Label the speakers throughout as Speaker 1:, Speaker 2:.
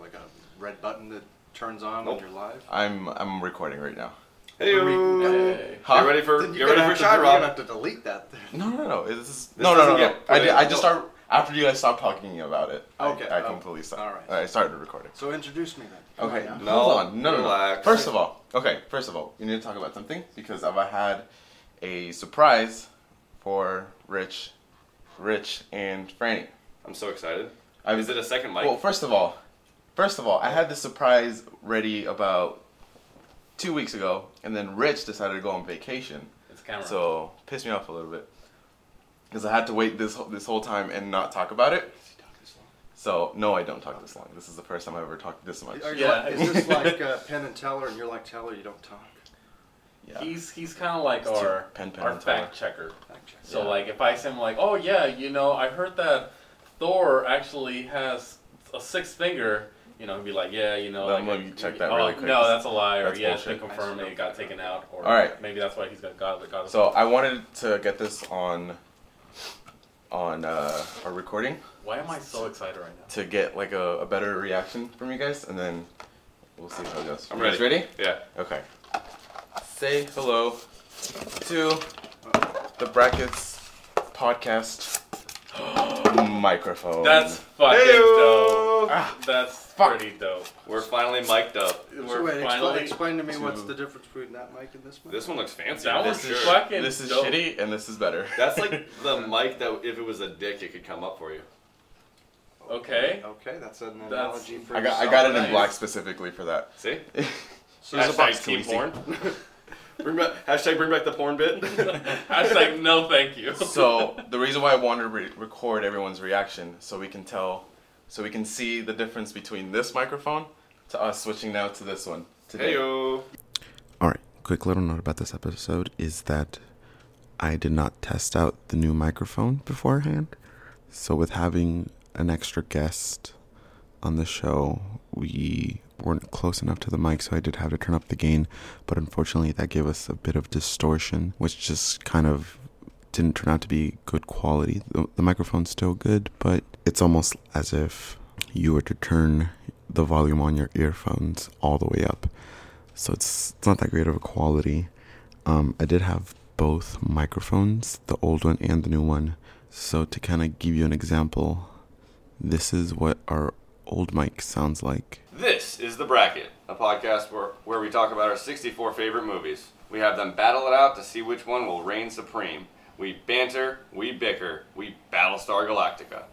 Speaker 1: like a red button that turns on
Speaker 2: Nope.
Speaker 1: when you're live?
Speaker 3: I'm I'm recording right now.
Speaker 2: Hey, you
Speaker 1: Hey.
Speaker 3: Huh?
Speaker 2: ready for
Speaker 1: Then
Speaker 2: you
Speaker 1: you're
Speaker 2: ready
Speaker 1: gonna have
Speaker 2: for
Speaker 1: to- you're
Speaker 2: Shy
Speaker 1: gonna
Speaker 2: Rob?
Speaker 1: have to delete that. Then.
Speaker 3: No, no, no. This is
Speaker 2: This
Speaker 3: no, no, no,
Speaker 2: doesn't
Speaker 3: no.
Speaker 2: get put
Speaker 3: I, did,
Speaker 2: in.
Speaker 3: I just
Speaker 2: No.
Speaker 3: started after you guys stopped talking about it. I-
Speaker 1: Okay,
Speaker 3: I,
Speaker 1: oh,
Speaker 3: completely stopped.
Speaker 1: all right.
Speaker 3: I started recording.
Speaker 1: So introduce me then.
Speaker 3: Okay.
Speaker 1: Right now.
Speaker 2: No,
Speaker 3: Hold on. No, no, no.
Speaker 2: relax.
Speaker 3: First of all, okay. First of all, we need to talk about something because I've had a surprise for Rich, Rich and Franny.
Speaker 2: I'm so excited.
Speaker 3: I
Speaker 2: Is it a second mic?
Speaker 3: Well, first of all, first of all, I had this surprise ready about two weeks ago, and then Rich decided to go on vacation.
Speaker 4: It's camera.
Speaker 3: So pissed me off a little bit because I had to wait this whole- this whole time and not talk about it.
Speaker 1: Does he talk this long?
Speaker 3: So no, I don't talk this long. This is the first time I've ever talked this much.
Speaker 1: Are you
Speaker 4: Yeah.
Speaker 1: like- is this like uh, Penn and Teller, and you're like Teller, you don't talk?
Speaker 3: Yeah.
Speaker 4: he's he's kind of like
Speaker 3: It's too-
Speaker 4: our
Speaker 3: pen, pen,
Speaker 4: our
Speaker 3: and
Speaker 4: fact checker.
Speaker 1: Fact check.
Speaker 4: So
Speaker 3: Yeah.
Speaker 4: like if I say I'm like, oh yeah, you know, I heard that Thor actually has a sixth finger. You know, he'd be like, yeah, you know,
Speaker 3: Let
Speaker 4: like,
Speaker 3: me check that
Speaker 4: oh,
Speaker 3: really quick.
Speaker 4: No, that's a lie. Or
Speaker 3: That's
Speaker 4: yeah, it's been
Speaker 3: bullshit.
Speaker 4: confirmed it got taken out. Or
Speaker 3: All right.
Speaker 4: maybe that's why he's got God. God
Speaker 3: So I wanted to get this on on uh, our recording
Speaker 4: why am I so excited right now?
Speaker 3: to get like a, a better reaction from you guys, and then we'll see how it goes.
Speaker 2: I'm
Speaker 3: You guys
Speaker 2: ready.
Speaker 3: Ready?
Speaker 2: yeah.
Speaker 3: Okay. Say hello to the brackets podcast microphone.
Speaker 4: That's fucking
Speaker 2: Heyo!
Speaker 4: dope.
Speaker 3: Ah,
Speaker 4: That's pretty dope.
Speaker 2: We're finally mic'd up.
Speaker 1: So
Speaker 4: We're
Speaker 1: wait, expl-
Speaker 4: finally.
Speaker 1: explain to me
Speaker 3: to-
Speaker 1: what's the difference between that mic and this mic.
Speaker 2: This one looks fancy.
Speaker 4: That
Speaker 2: for
Speaker 4: one's
Speaker 3: this is
Speaker 2: sure.
Speaker 4: fucking
Speaker 3: this is
Speaker 4: dope.
Speaker 3: shitty and this is better.
Speaker 2: That's like the mic that if it was a dick, it could come up for you.
Speaker 4: Okay.
Speaker 1: Okay, that's an
Speaker 4: That's-
Speaker 1: analogy for
Speaker 3: I got I got it in
Speaker 4: Nice.
Speaker 3: black specifically for that.
Speaker 2: See?
Speaker 3: So there's a box
Speaker 2: Hashtag
Speaker 3: to
Speaker 2: team
Speaker 3: receive.
Speaker 2: porn. bring back, hashtag bring back the porn bit.
Speaker 4: I was like, no, thank you.
Speaker 3: so the reason why I wanted to re- record everyone's reaction so we can tell, so we can see the difference between this microphone to us switching now to this one today.
Speaker 2: Heyo.
Speaker 5: All right, quick little note about this episode is that I did not test out the new microphone beforehand. So, with having an extra guest on the show, we weren't close enough to the mic, so I did have to turn up the gain. But unfortunately, that gave us a bit of distortion, which just kind of didn't turn out to be good quality. The, the microphone's still good, but it's almost as if you were to turn the volume on your earphones all the way up so it's it's not that great of a quality. Um, I did have both microphones, the old one and the new one. So to kind of give you an example, this is what our old mic sounds like.
Speaker 2: This is The Bracket, a podcast where, where we talk about our 64 favorite movies. We have them battle it out to see which one will reign supreme. We banter, we bicker, we Battlestar Galactica.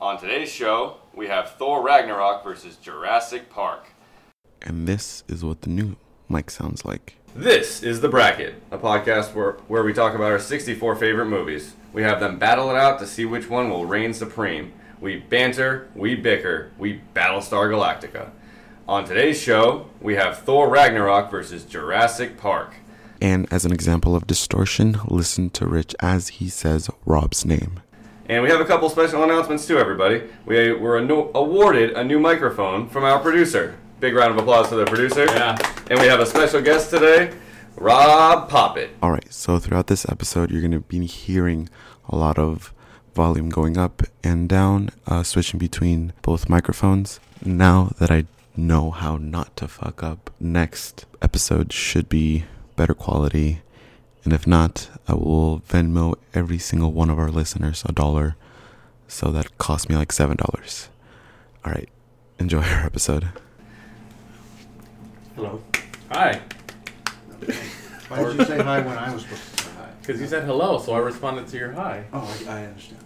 Speaker 2: On today's show, we have Thor Ragnarok versus Jurassic Park.
Speaker 5: And this is what the new mic sounds like.
Speaker 2: This is The Bracket, a podcast where, where we talk about our 64 favorite movies. We have them battle it out to see which one will reign supreme. We banter, we bicker, we Battlestar Galactica. On today's show, we have Thor Ragnarok versus Jurassic Park.
Speaker 5: And as an example of distortion, listen to Rich as he says Rob's name.
Speaker 2: And we have a couple special announcements too, everybody. We were ano- awarded a new microphone from our producer. Big round of applause for the producer.
Speaker 4: Yeah.
Speaker 2: And we have a special guest today, Rob Poppet.
Speaker 5: All right, so throughout this episode, you're going to be hearing a lot of volume going up and down, uh, switching between both microphones. Now that I know how not to fuck up, next episode should be better quality. And if not, I will Venmo every single one of our listeners a dollar. So that cost me like $7. All right, enjoy our episode.
Speaker 4: Hello. Hi.
Speaker 6: Why did you say hi when I was supposed to say hi?
Speaker 4: Because you said hello, so I responded to your hi.
Speaker 6: Oh, I, I understand.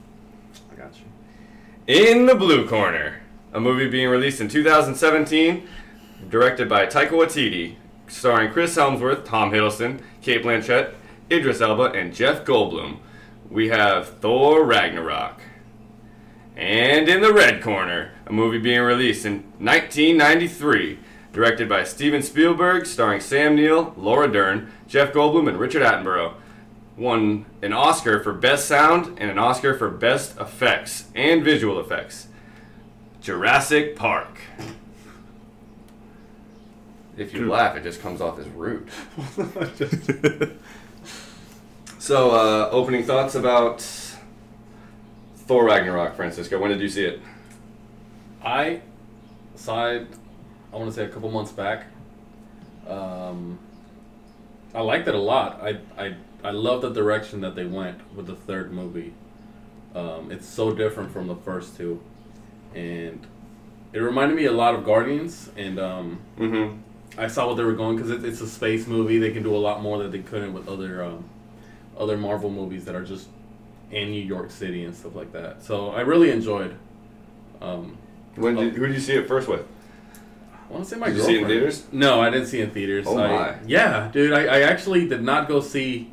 Speaker 2: I got you. In the Blue Corner, a movie being released in 2017, directed by Taika Waititi, starring Chris Helmsworth, Tom Hiddleston, Kate Blanchett, Idris Elba, and Jeff Goldblum. We have Thor Ragnarok. And in the Red Corner, a movie being released in 1993, directed by Steven Spielberg, starring Sam Neill, Laura Dern, Jeff Goldblum, and Richard Attenborough won an Oscar for Best Sound and an Oscar for Best Effects and Visual Effects. Jurassic Park. If you laugh, it just comes off as rude. so, uh, opening thoughts about Thor Ragnarok, Francisco. When did you see it?
Speaker 4: I side, I want to say a couple months back. Um, I liked it a lot. I I I love the direction that they went with the third movie. Um, it's so different from the first two, and it reminded me a lot of Guardians. And um,
Speaker 2: Mm-hmm.
Speaker 4: I saw what they were going because it, it's a space movie. They can do a lot more that they couldn't with other um, other Marvel movies that are just in New York City and stuff like that. So I really enjoyed. Um,
Speaker 2: When did, who did you see it first with?
Speaker 4: I want to say my
Speaker 2: Did you see
Speaker 4: girlfriend.
Speaker 2: it in theaters?
Speaker 4: No, I didn't see it in theaters.
Speaker 2: Oh
Speaker 4: I,
Speaker 2: my.
Speaker 4: Yeah, dude, I, I actually did not go see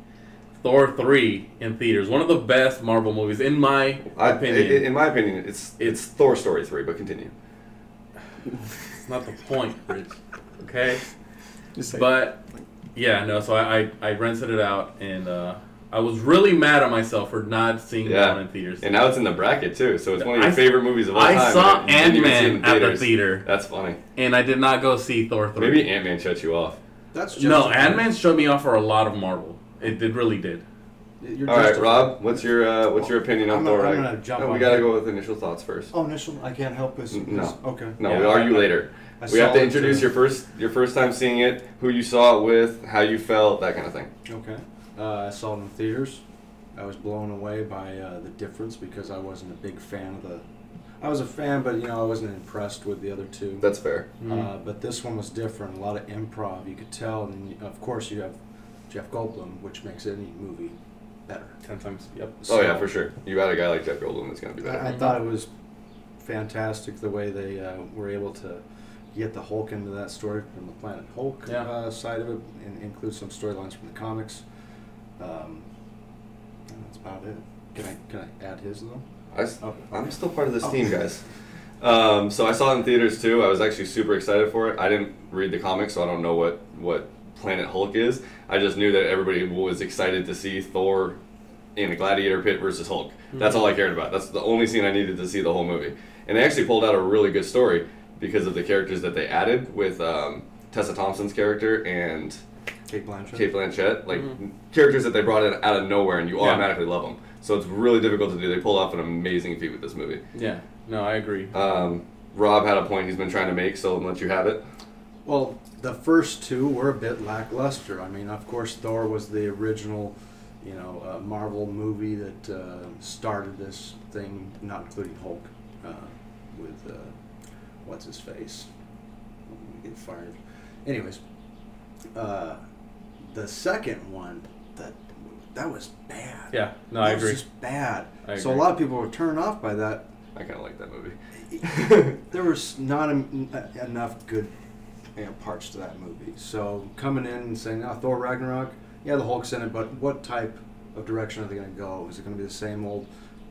Speaker 4: Thor three in theaters. One of the best Marvel movies, in my
Speaker 2: I,
Speaker 4: opinion.
Speaker 2: i- i- in my opinion, it's it's Thor story three, but continue.
Speaker 4: it's not the point, Rich. Okay.
Speaker 7: Just say-
Speaker 4: But yeah, no. So I, I, I rented it out, and uh, I was really mad at myself for not seeing
Speaker 2: Yeah.
Speaker 4: that one in theaters.
Speaker 2: And now it's in the bracket too, so it's one of your
Speaker 4: I-
Speaker 2: favorite movies of all time.
Speaker 4: I saw
Speaker 2: and you didn't even
Speaker 4: Ant
Speaker 2: see it in
Speaker 4: Man at the
Speaker 2: theaters.
Speaker 4: theater,
Speaker 2: That's funny.
Speaker 4: and I did not go see Thor three.
Speaker 2: Maybe Ant Man shut you off.
Speaker 8: That's just
Speaker 4: no, Ant Man showed me off for a lot of Marvel. It, it really did.
Speaker 1: You're
Speaker 2: All right,
Speaker 1: justified.
Speaker 2: Rob, what's your uh, what's your opinion on
Speaker 1: I'm
Speaker 2: Thor?
Speaker 1: gonna- I'm
Speaker 2: Ragnar-
Speaker 1: gonna jump
Speaker 2: no, we
Speaker 1: on
Speaker 2: gotta
Speaker 1: that.
Speaker 2: go with initial thoughts first.
Speaker 1: Oh, initial. I can't help this.
Speaker 2: N- no.
Speaker 1: this- Okay.
Speaker 2: No,
Speaker 4: Yeah.
Speaker 2: we are you later.
Speaker 1: I
Speaker 2: we have
Speaker 1: saw
Speaker 2: to
Speaker 1: it,
Speaker 2: introduce
Speaker 1: uh,
Speaker 2: your first your first time seeing it, who you saw it with, how you felt, that kind of thing.
Speaker 1: Okay. Uh, I saw it in theaters. I was blown away by uh, the difference because I wasn't a big fan of the. I was a fan, but you know I wasn't impressed with the other two.
Speaker 2: That's fair.
Speaker 1: Uh, but this one was different. A lot of improv, you could tell, and you- of course you have Jeff Goldblum, which makes any movie better.
Speaker 4: Ten times. Yep.
Speaker 2: oh yeah, for sure. You got a guy like Jeff Goldblum that's gonna be better.
Speaker 1: I, I thought it was fantastic the way they uh, were able to get the Hulk into that story from the Planet Hulk
Speaker 4: Yeah.
Speaker 1: uh, side of it, and include some storylines from the comics. Um, and that's about it. Can I can I add his though?
Speaker 2: I, s-
Speaker 1: Oh.
Speaker 2: I'm still part of this
Speaker 1: Oh.
Speaker 2: team, guys. Um, so I saw it in theaters too. I was actually super excited for it. I didn't read the comics, so I don't know what what Planet Hulk is. I just knew that everybody was excited to see Thor in a gladiator pit versus Hulk. That's all I cared about. That's the only scene I needed to see the whole movie. And they actually pulled out a really good story because of the characters that they added with um, Tessa Thompson's character and
Speaker 1: Kate Blanchett.
Speaker 2: Kate Blanchett, like characters that they brought in out of nowhere, and you
Speaker 4: Yeah.
Speaker 2: automatically love them. So it's really difficult to do. They pulled off an amazing feat with this movie.
Speaker 4: Yeah. No, I agree.
Speaker 2: Um, Rob had a point he's been trying to make, so I'll let you have it.
Speaker 1: Well, the first two were a bit lackluster. I mean, of course, Thor was the original, you know, uh, Marvel movie that uh, started this thing, not including Hulk, uh, with uh, what's his face. I'm gonna Get fired. Anyways, uh, the second one that that was bad.
Speaker 4: Yeah. No,
Speaker 1: that
Speaker 4: I
Speaker 1: was
Speaker 4: agree.
Speaker 1: Just bad.
Speaker 4: I
Speaker 1: So a
Speaker 4: agree.
Speaker 1: lot of people were turned off by that
Speaker 2: I kind of like that movie.
Speaker 1: there was not em- en- enough good you know, parts to that movie. So coming in and saying, "Oh, Thor Ragnarok, yeah, the Hulk's in it, but what type of direction are they going to go? Is it going to be the same old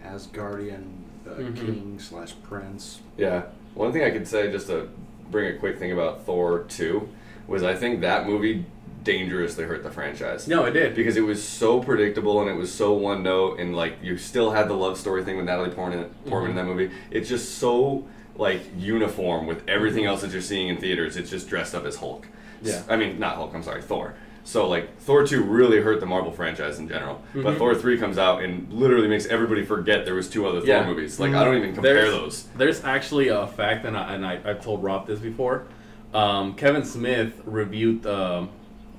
Speaker 1: Asgardian uh,
Speaker 4: Mhm.
Speaker 1: king slash prince?"
Speaker 2: Yeah. One thing I could say, just to bring a quick thing about Thor 2, was I think that movie dangerously hurt the franchise.
Speaker 4: No, it did.
Speaker 2: Because it was so predictable and it was so one note, and like you still had the love story thing with Natalie Portman,
Speaker 4: Mm-hmm.
Speaker 2: Portman in that movie. It's just so like uniform with everything else that you're seeing in theaters. It's just dressed up as Hulk.
Speaker 4: Yeah.
Speaker 2: I mean, not Hulk. I'm sorry, Thor. So like Thor two really hurt the Marvel franchise in general, but
Speaker 4: Mm-hmm.
Speaker 2: Thor three comes out and literally makes everybody forget there was two other
Speaker 4: Yeah. Mm-hmm.
Speaker 2: Thor movies. Like I don't even compare
Speaker 4: There's-
Speaker 2: those.
Speaker 4: There's actually a fact, and, I, and I, I've told Rob this before. Um, Kevin Smith reviewed um,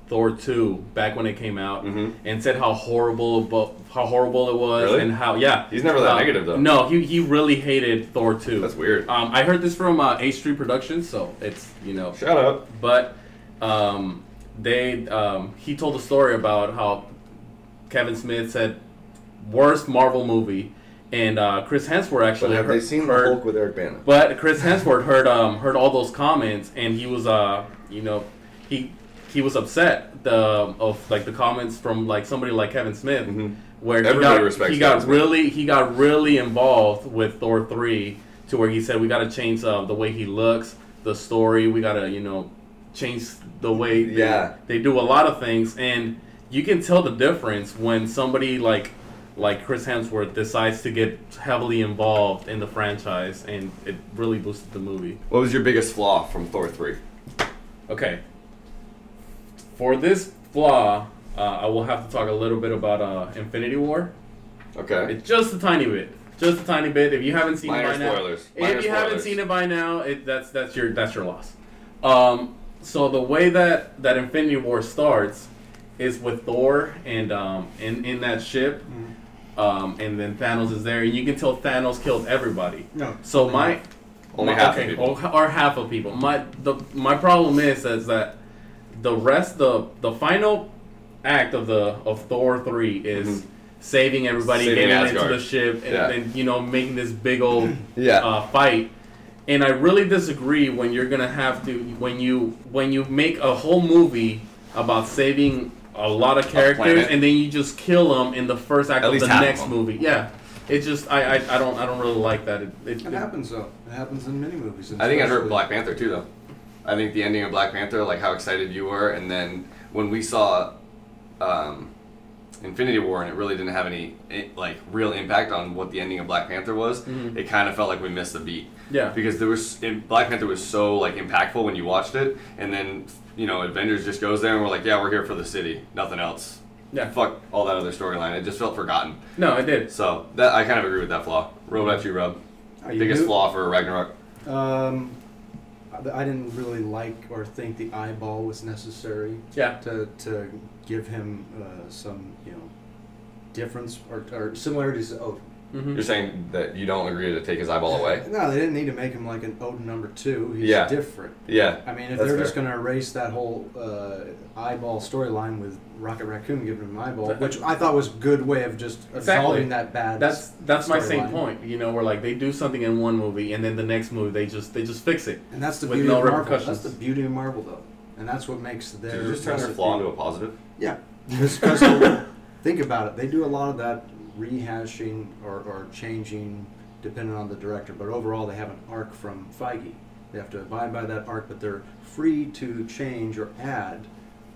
Speaker 4: Thor 2 back when it came out
Speaker 2: Mhm.
Speaker 4: and said how horrible bu- how horrible it was
Speaker 2: Really?
Speaker 4: and how yeah
Speaker 2: He's never that
Speaker 4: Um,
Speaker 2: negative, though.
Speaker 4: No, he, he really hated Thor 2.
Speaker 2: That's weird.
Speaker 4: Um, I heard this from uh, H3 Productions, so it's you know
Speaker 2: Shut up.
Speaker 4: but um, they um, he told a story about how Kevin Smith said worst Marvel movie, and uh, Chris Hemsworth actually heard, heard-
Speaker 2: with Eric Bana?
Speaker 4: But Chris Hemsworth heard um, heard all those comments, and he was uh you know he he was upset the of like the comments from like somebody like Kevin Smith, where
Speaker 2: Mm-hmm. Everybody
Speaker 4: he got,
Speaker 2: respects
Speaker 4: he got
Speaker 2: Kevin Smith.
Speaker 4: really he got really involved with Thor three to where he said we got to change uh, the way he looks, the story, we got to you know change the way they,
Speaker 2: Yeah.
Speaker 4: they do a lot of things, and you can tell the difference when somebody like like Chris Hemsworth decides to get heavily involved in the franchise, and it really boosted the movie.
Speaker 2: What was your biggest flaw from Thor three?
Speaker 4: Okay. For this flaw, uh, I will have to talk a little bit about uh, Infinity War.
Speaker 2: Okay.
Speaker 4: It's just a tiny bit, just a tiny bit. If you haven't seen
Speaker 2: Minor
Speaker 4: it by now,
Speaker 2: spoilers.
Speaker 4: if
Speaker 2: Minor
Speaker 4: you haven't
Speaker 2: spoilers.
Speaker 4: seen it by now, it, that's that's your that's your loss. Um, so the way that that Infinity War starts is with Thor and um in in that ship, um and then Thanos is there, and you can tell Thanos killed everybody.
Speaker 1: No.
Speaker 4: So my
Speaker 2: Only
Speaker 4: my-
Speaker 2: half
Speaker 4: okay, oh,
Speaker 2: of people.
Speaker 4: or- or half of people. My the my problem is is that the rest the the final act of the of Thor three is saving everybody,
Speaker 2: Mm-hmm. Saving
Speaker 4: getting
Speaker 2: Asgard.
Speaker 4: into the ship, and
Speaker 2: Yeah.
Speaker 4: then you know making this big old
Speaker 2: Yeah.
Speaker 4: uh, fight. And I really disagree when you're gonna have to when you when you make a whole movie about saving a lot of characters
Speaker 2: planet.
Speaker 4: and then you just kill them in the first act
Speaker 2: At
Speaker 4: of
Speaker 2: least
Speaker 4: the
Speaker 2: half of
Speaker 4: next
Speaker 2: them.
Speaker 4: movie. Yeah, it just I, I, I don't I don't really like that. It, it,
Speaker 1: It
Speaker 4: it-
Speaker 1: happens though. It happens in many movies. and
Speaker 2: I think I hurt
Speaker 1: especially-
Speaker 2: Black Panther too, though. I think the ending of Black Panther, like how excited you were, and then when we saw um, Infinity War, and it really didn't have any eh, like real impact on what the ending of Black Panther was.
Speaker 1: Mm-hmm.
Speaker 2: It kind of felt like we missed the beat.
Speaker 4: Yeah.
Speaker 2: Because there was in, Black Panther was so like impactful when you watched it, and then you know Avengers just goes there and we're like, yeah, we're here for the city, nothing else.
Speaker 4: Yeah.
Speaker 2: Fuck all that other storyline. It just felt forgotten.
Speaker 4: No, it did.
Speaker 2: So that I kind of agree with that flaw. Robot you rub.
Speaker 1: Mm-hmm. Are you
Speaker 2: Biggest
Speaker 1: new?
Speaker 2: flaw for Ragnarok.
Speaker 1: Um, I I didn't really like or think the eyeball was necessary
Speaker 4: Yeah.
Speaker 1: to to give him uh, some you know difference or, or similarities oh, to Odin.
Speaker 4: hmm
Speaker 2: You're saying that you don't agree to take his eyeball away?
Speaker 1: No, they didn't need to make him like an Odin number two. He's
Speaker 2: Yeah.
Speaker 1: different.
Speaker 2: Yeah.
Speaker 1: I mean, if
Speaker 2: That's
Speaker 1: they're just
Speaker 2: fair.
Speaker 1: going to erase that whole uh, eyeball storyline with Rocket Raccoon giving him an eyeball, which I thought was a good way of just
Speaker 4: Exactly.
Speaker 1: absolving that bad.
Speaker 4: That's that's my same
Speaker 1: storyline.
Speaker 4: point. You know, where like they do something in one movie and then the next movie they just they just fix it.
Speaker 1: and that's the
Speaker 4: with
Speaker 1: beauty
Speaker 4: no
Speaker 1: of Marvel.
Speaker 4: repercussions.
Speaker 1: That's the beauty of Marvel, though, and that's what makes their.
Speaker 2: Did you just turn their
Speaker 1: recipe-
Speaker 2: flaw into a positive?
Speaker 1: Yeah, because think about it, they do a lot of that rehashing or, or changing depending on the director, but overall they have an arc from Feige. They have to abide by that arc, but they're free to change or add.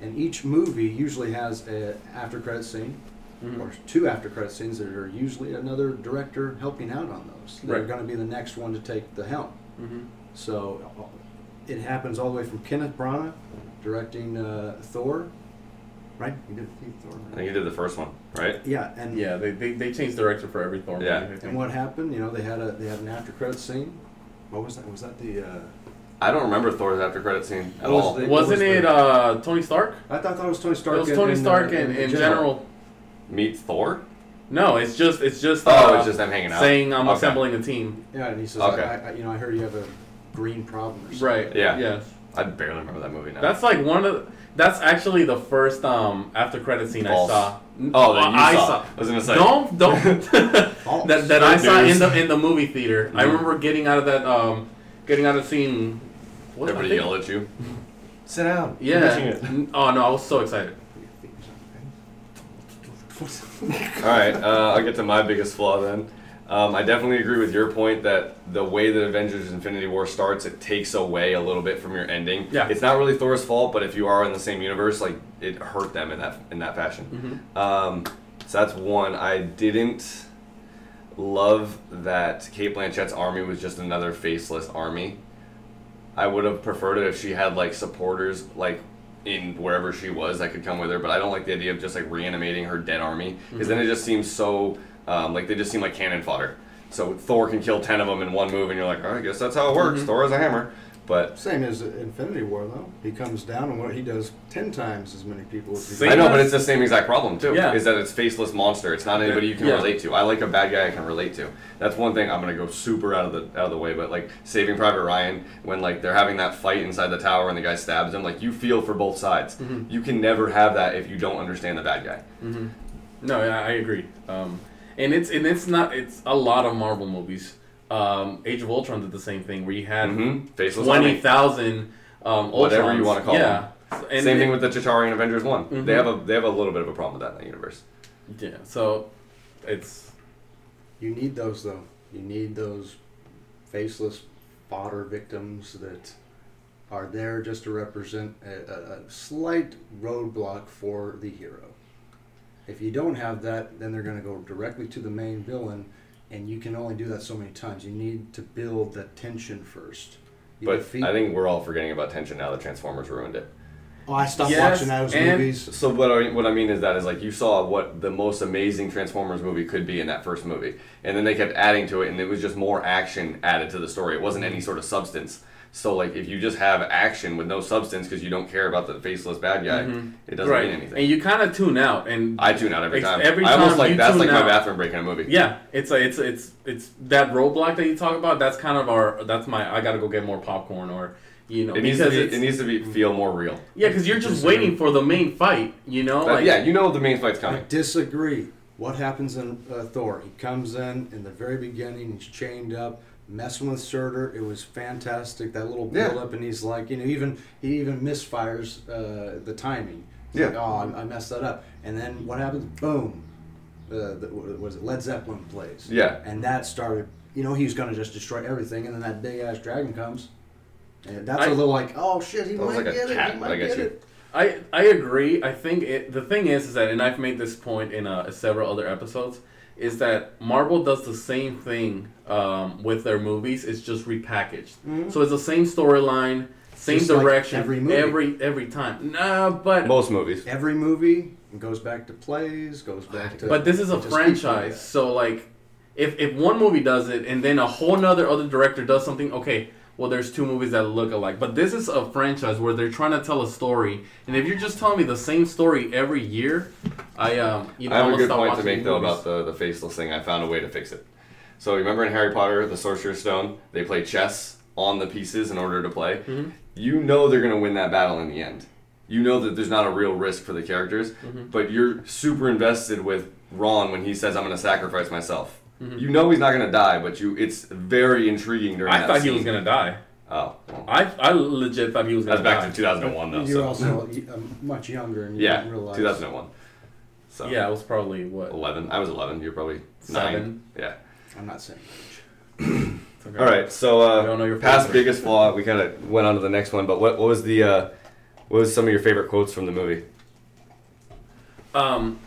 Speaker 1: And each movie usually has a after credit scene or two after credit scenes that are usually another director helping out on those. They're
Speaker 4: Right.
Speaker 1: going to be the next one to take the helm.
Speaker 4: hmm
Speaker 2: Mm-hmm.
Speaker 1: So it happens all the way from Kenneth Branagh directing uh, Thor, right? He did Thor. right?
Speaker 2: I think you did the first one, right?
Speaker 1: Yeah, and
Speaker 4: Yeah, they, they they change director for every Thor
Speaker 2: Yeah.
Speaker 4: movie. I think.
Speaker 1: and what happened? You know, they had a they had an after credit scene. What was that? Was that the? Uh,
Speaker 2: I don't remember Thor's after credit scene at
Speaker 1: What was
Speaker 2: all.
Speaker 1: the-
Speaker 4: Wasn't
Speaker 1: It was
Speaker 4: it
Speaker 1: the-
Speaker 4: uh, Tony Stark?
Speaker 1: I thought that was Tony Stark.
Speaker 4: it was
Speaker 1: and-
Speaker 4: Tony
Speaker 1: and,
Speaker 4: Stark
Speaker 1: uh,
Speaker 4: and,
Speaker 1: and
Speaker 4: in general.
Speaker 2: Meet Thor?
Speaker 4: No, it's just it's just
Speaker 2: Oh,
Speaker 4: uh,
Speaker 2: it's just them hanging out.
Speaker 4: saying I'm
Speaker 2: Okay.
Speaker 4: assembling a team.
Speaker 1: Yeah, and he says,
Speaker 2: Okay.
Speaker 1: I, I, "You know, I heard you have a green problem." Or something.
Speaker 4: Right.
Speaker 2: Yeah.
Speaker 4: Yes.
Speaker 2: I barely remember that movie now.
Speaker 4: That's like one of the, that's actually the first um after credit scene
Speaker 2: False.
Speaker 4: I saw.
Speaker 2: oh, that you
Speaker 4: I
Speaker 2: saw.
Speaker 4: saw.
Speaker 2: I was gonna say.
Speaker 4: don't don't
Speaker 2: Oh,
Speaker 1: False.
Speaker 4: that, that I saw in
Speaker 2: News.
Speaker 4: the in the movie theater. I
Speaker 2: Mhm.
Speaker 4: remember getting out of that um getting out of the scene. What, I
Speaker 2: everybody
Speaker 4: think-
Speaker 2: yell at you.
Speaker 8: Sit down.
Speaker 4: Yeah. N- Oh no, I was so excited.
Speaker 2: All right, uh, I'll get to my biggest flaw then. Um, I definitely agree with your point that the way that Avengers: Infinity War starts, it takes away a little bit from your ending.
Speaker 4: Yeah.
Speaker 2: it's not really Thor's fault, but if you are in the same universe, like it hurt them in that in that fashion. Um, so that's one. I didn't love that Kate Blanchett's army was just another faceless army. I would have preferred it if she had like supporters like in wherever she was that could come with her, but I don't like the idea of just like reanimating her dead army because then it just seems so um, like they just seem like cannon fodder. So Thor can kill ten of them in one move, and you're like, oh, I guess that's how it works. Thor has a hammer, but
Speaker 1: Same as Infinity War, though. He comes down and what he does ten times as many people. As he
Speaker 4: Same.
Speaker 2: I know,
Speaker 4: as-
Speaker 2: but it's the same exact problem too.
Speaker 4: Yeah.
Speaker 2: Is that it's faceless monster. It's not anybody you can
Speaker 4: Yeah.
Speaker 2: relate to. I like a bad guy I can relate to. That's one thing I'm gonna go super out of the out of the way. But like Saving Private Ryan, when like they're having that fight inside the tower and the guy stabs him, like you feel for both sides.
Speaker 4: Mm-hmm.
Speaker 2: You can never have that if you don't understand the bad guy. Mm-hmm.
Speaker 4: No, I, I agree. Um, and it's and it's not it's a lot of Marvel movies. Um, Age of Ultron did the same thing where you had
Speaker 2: Mm-hmm. Faceless
Speaker 4: twenty
Speaker 2: army.
Speaker 4: thousand um,
Speaker 2: Whatever
Speaker 4: Ultrons.
Speaker 2: you wanna call
Speaker 4: yeah. And
Speaker 2: Same
Speaker 4: it- Mm-hmm.
Speaker 2: thing with the Chitauri in Avengers One. They have a they have a little bit of a problem with that in that universe.
Speaker 4: yeah. So it's
Speaker 1: You need those though. You need those faceless fodder victims that are there just to represent a, a, a slight roadblock for the hero. If you don't have that, then they're going to go directly to the main villain, and you can only do that so many times. You need to build that tension first. You
Speaker 2: But
Speaker 1: defeat-
Speaker 2: I think we're all forgetting about tension now that Transformers ruined it.
Speaker 1: Oh, I stopped
Speaker 4: Yes,
Speaker 1: watching those
Speaker 4: and-
Speaker 1: movies.
Speaker 2: So what I, what I mean is that is like you saw what the most amazing Transformers movie could be in that first movie, and then they kept adding to it, and it was just more action added to the story. It wasn't any sort of substance. So like if you just have action with no substance because you don't care about the faceless bad guy, it doesn't
Speaker 4: Mm-hmm. right.
Speaker 2: mean anything.
Speaker 4: And you kind of tune out. And
Speaker 2: I tune out every
Speaker 4: Ex-
Speaker 2: time.
Speaker 4: every
Speaker 2: I almost
Speaker 4: time
Speaker 2: like
Speaker 4: you
Speaker 2: that's
Speaker 4: tune
Speaker 2: like
Speaker 4: out.
Speaker 2: my bathroom break in a movie.
Speaker 4: Yeah, it's a, it's it's it's that roadblock that you talk about. That's kind of our. That's my. I gotta go get more popcorn, or you know,
Speaker 2: It needs
Speaker 4: because
Speaker 2: to be,
Speaker 4: it's,
Speaker 2: it needs to be feel more real.
Speaker 4: yeah, because you're just waiting for the main fight. You know,
Speaker 2: But
Speaker 4: Oh, like
Speaker 2: yeah, you know the main fight's
Speaker 1: I
Speaker 2: coming.
Speaker 1: disagree. What happens in uh, Thor? He comes in in the very beginning. He's chained up, messing with Surtur. It was fantastic. That little
Speaker 2: Yeah.
Speaker 1: build up, and he's like, you know, even he even misfires uh, the timing. He's
Speaker 2: Yeah.
Speaker 1: Like, oh, I, I messed that up. And then what happens? Boom. Uh, the, what was it Led Zeppelin plays?
Speaker 2: Yeah.
Speaker 1: And that started. You know, he's gonna just destroy everything, and then that big ass dragon comes. And that's
Speaker 4: I-
Speaker 1: a little like, oh shit, he
Speaker 2: That was
Speaker 1: might
Speaker 2: like a
Speaker 1: get it.
Speaker 2: cat,
Speaker 1: He
Speaker 2: but I
Speaker 1: might
Speaker 2: got
Speaker 1: get
Speaker 2: you.
Speaker 1: it.
Speaker 4: I I agree. I think it, the thing is is that, and I've made this point in uh, several other episodes, is that Marvel does the same thing um, with their movies. It's just repackaged. So it's the same storyline,
Speaker 1: Mm-hmm.
Speaker 4: same
Speaker 1: Just like
Speaker 4: direction
Speaker 1: every movie.
Speaker 4: every every time. Nah, but
Speaker 2: Most movies.
Speaker 1: Every movie goes back to plays, goes back to.
Speaker 4: But this is a
Speaker 1: just keep doing
Speaker 4: franchise,
Speaker 1: that.
Speaker 4: so like, if if one movie does it and then a whole nother other director does something, okay, well there's two movies that look alike. But this is a franchise where they're trying to tell a story, and if you're just telling me the same story every year, I um, you know,
Speaker 2: I have
Speaker 4: am
Speaker 2: a good point to make though about the, the faceless thing. I found a way to fix it. So remember in Harry Potter, the Sorcerer's Stone, they play chess on the pieces in order to play.
Speaker 4: Mm-hmm.
Speaker 2: You know they're gonna win that battle in the end. You know that there's not a real risk for the characters,
Speaker 4: Mm-hmm.
Speaker 2: but you're super invested with Ron when he says, "I'm gonna sacrifice myself."
Speaker 4: Mm-hmm.
Speaker 2: You know he's not gonna die, but you it's very intriguing during
Speaker 4: I
Speaker 2: that
Speaker 4: thought he
Speaker 2: scene.
Speaker 4: was gonna die.
Speaker 2: Oh, well,
Speaker 4: I I legit thought he was
Speaker 2: that's
Speaker 4: gonna
Speaker 2: back
Speaker 4: die.
Speaker 2: to 2001 though.
Speaker 1: You're
Speaker 2: so-
Speaker 1: also uh, much younger and you
Speaker 2: yeah,
Speaker 1: didn't realize.
Speaker 2: 2001. So
Speaker 4: yeah, it was probably what
Speaker 2: 11. I was 11. You're probably nine.
Speaker 4: Seven.
Speaker 2: Yeah.
Speaker 1: I'm not saying age.
Speaker 4: it's okay.
Speaker 2: All right, so uh,
Speaker 4: We all know your
Speaker 2: past
Speaker 4: favorite.
Speaker 2: biggest flaw. We kind of went on to the next one, but what, what was the uh, what was some of your favorite quotes from the movie?
Speaker 4: Um,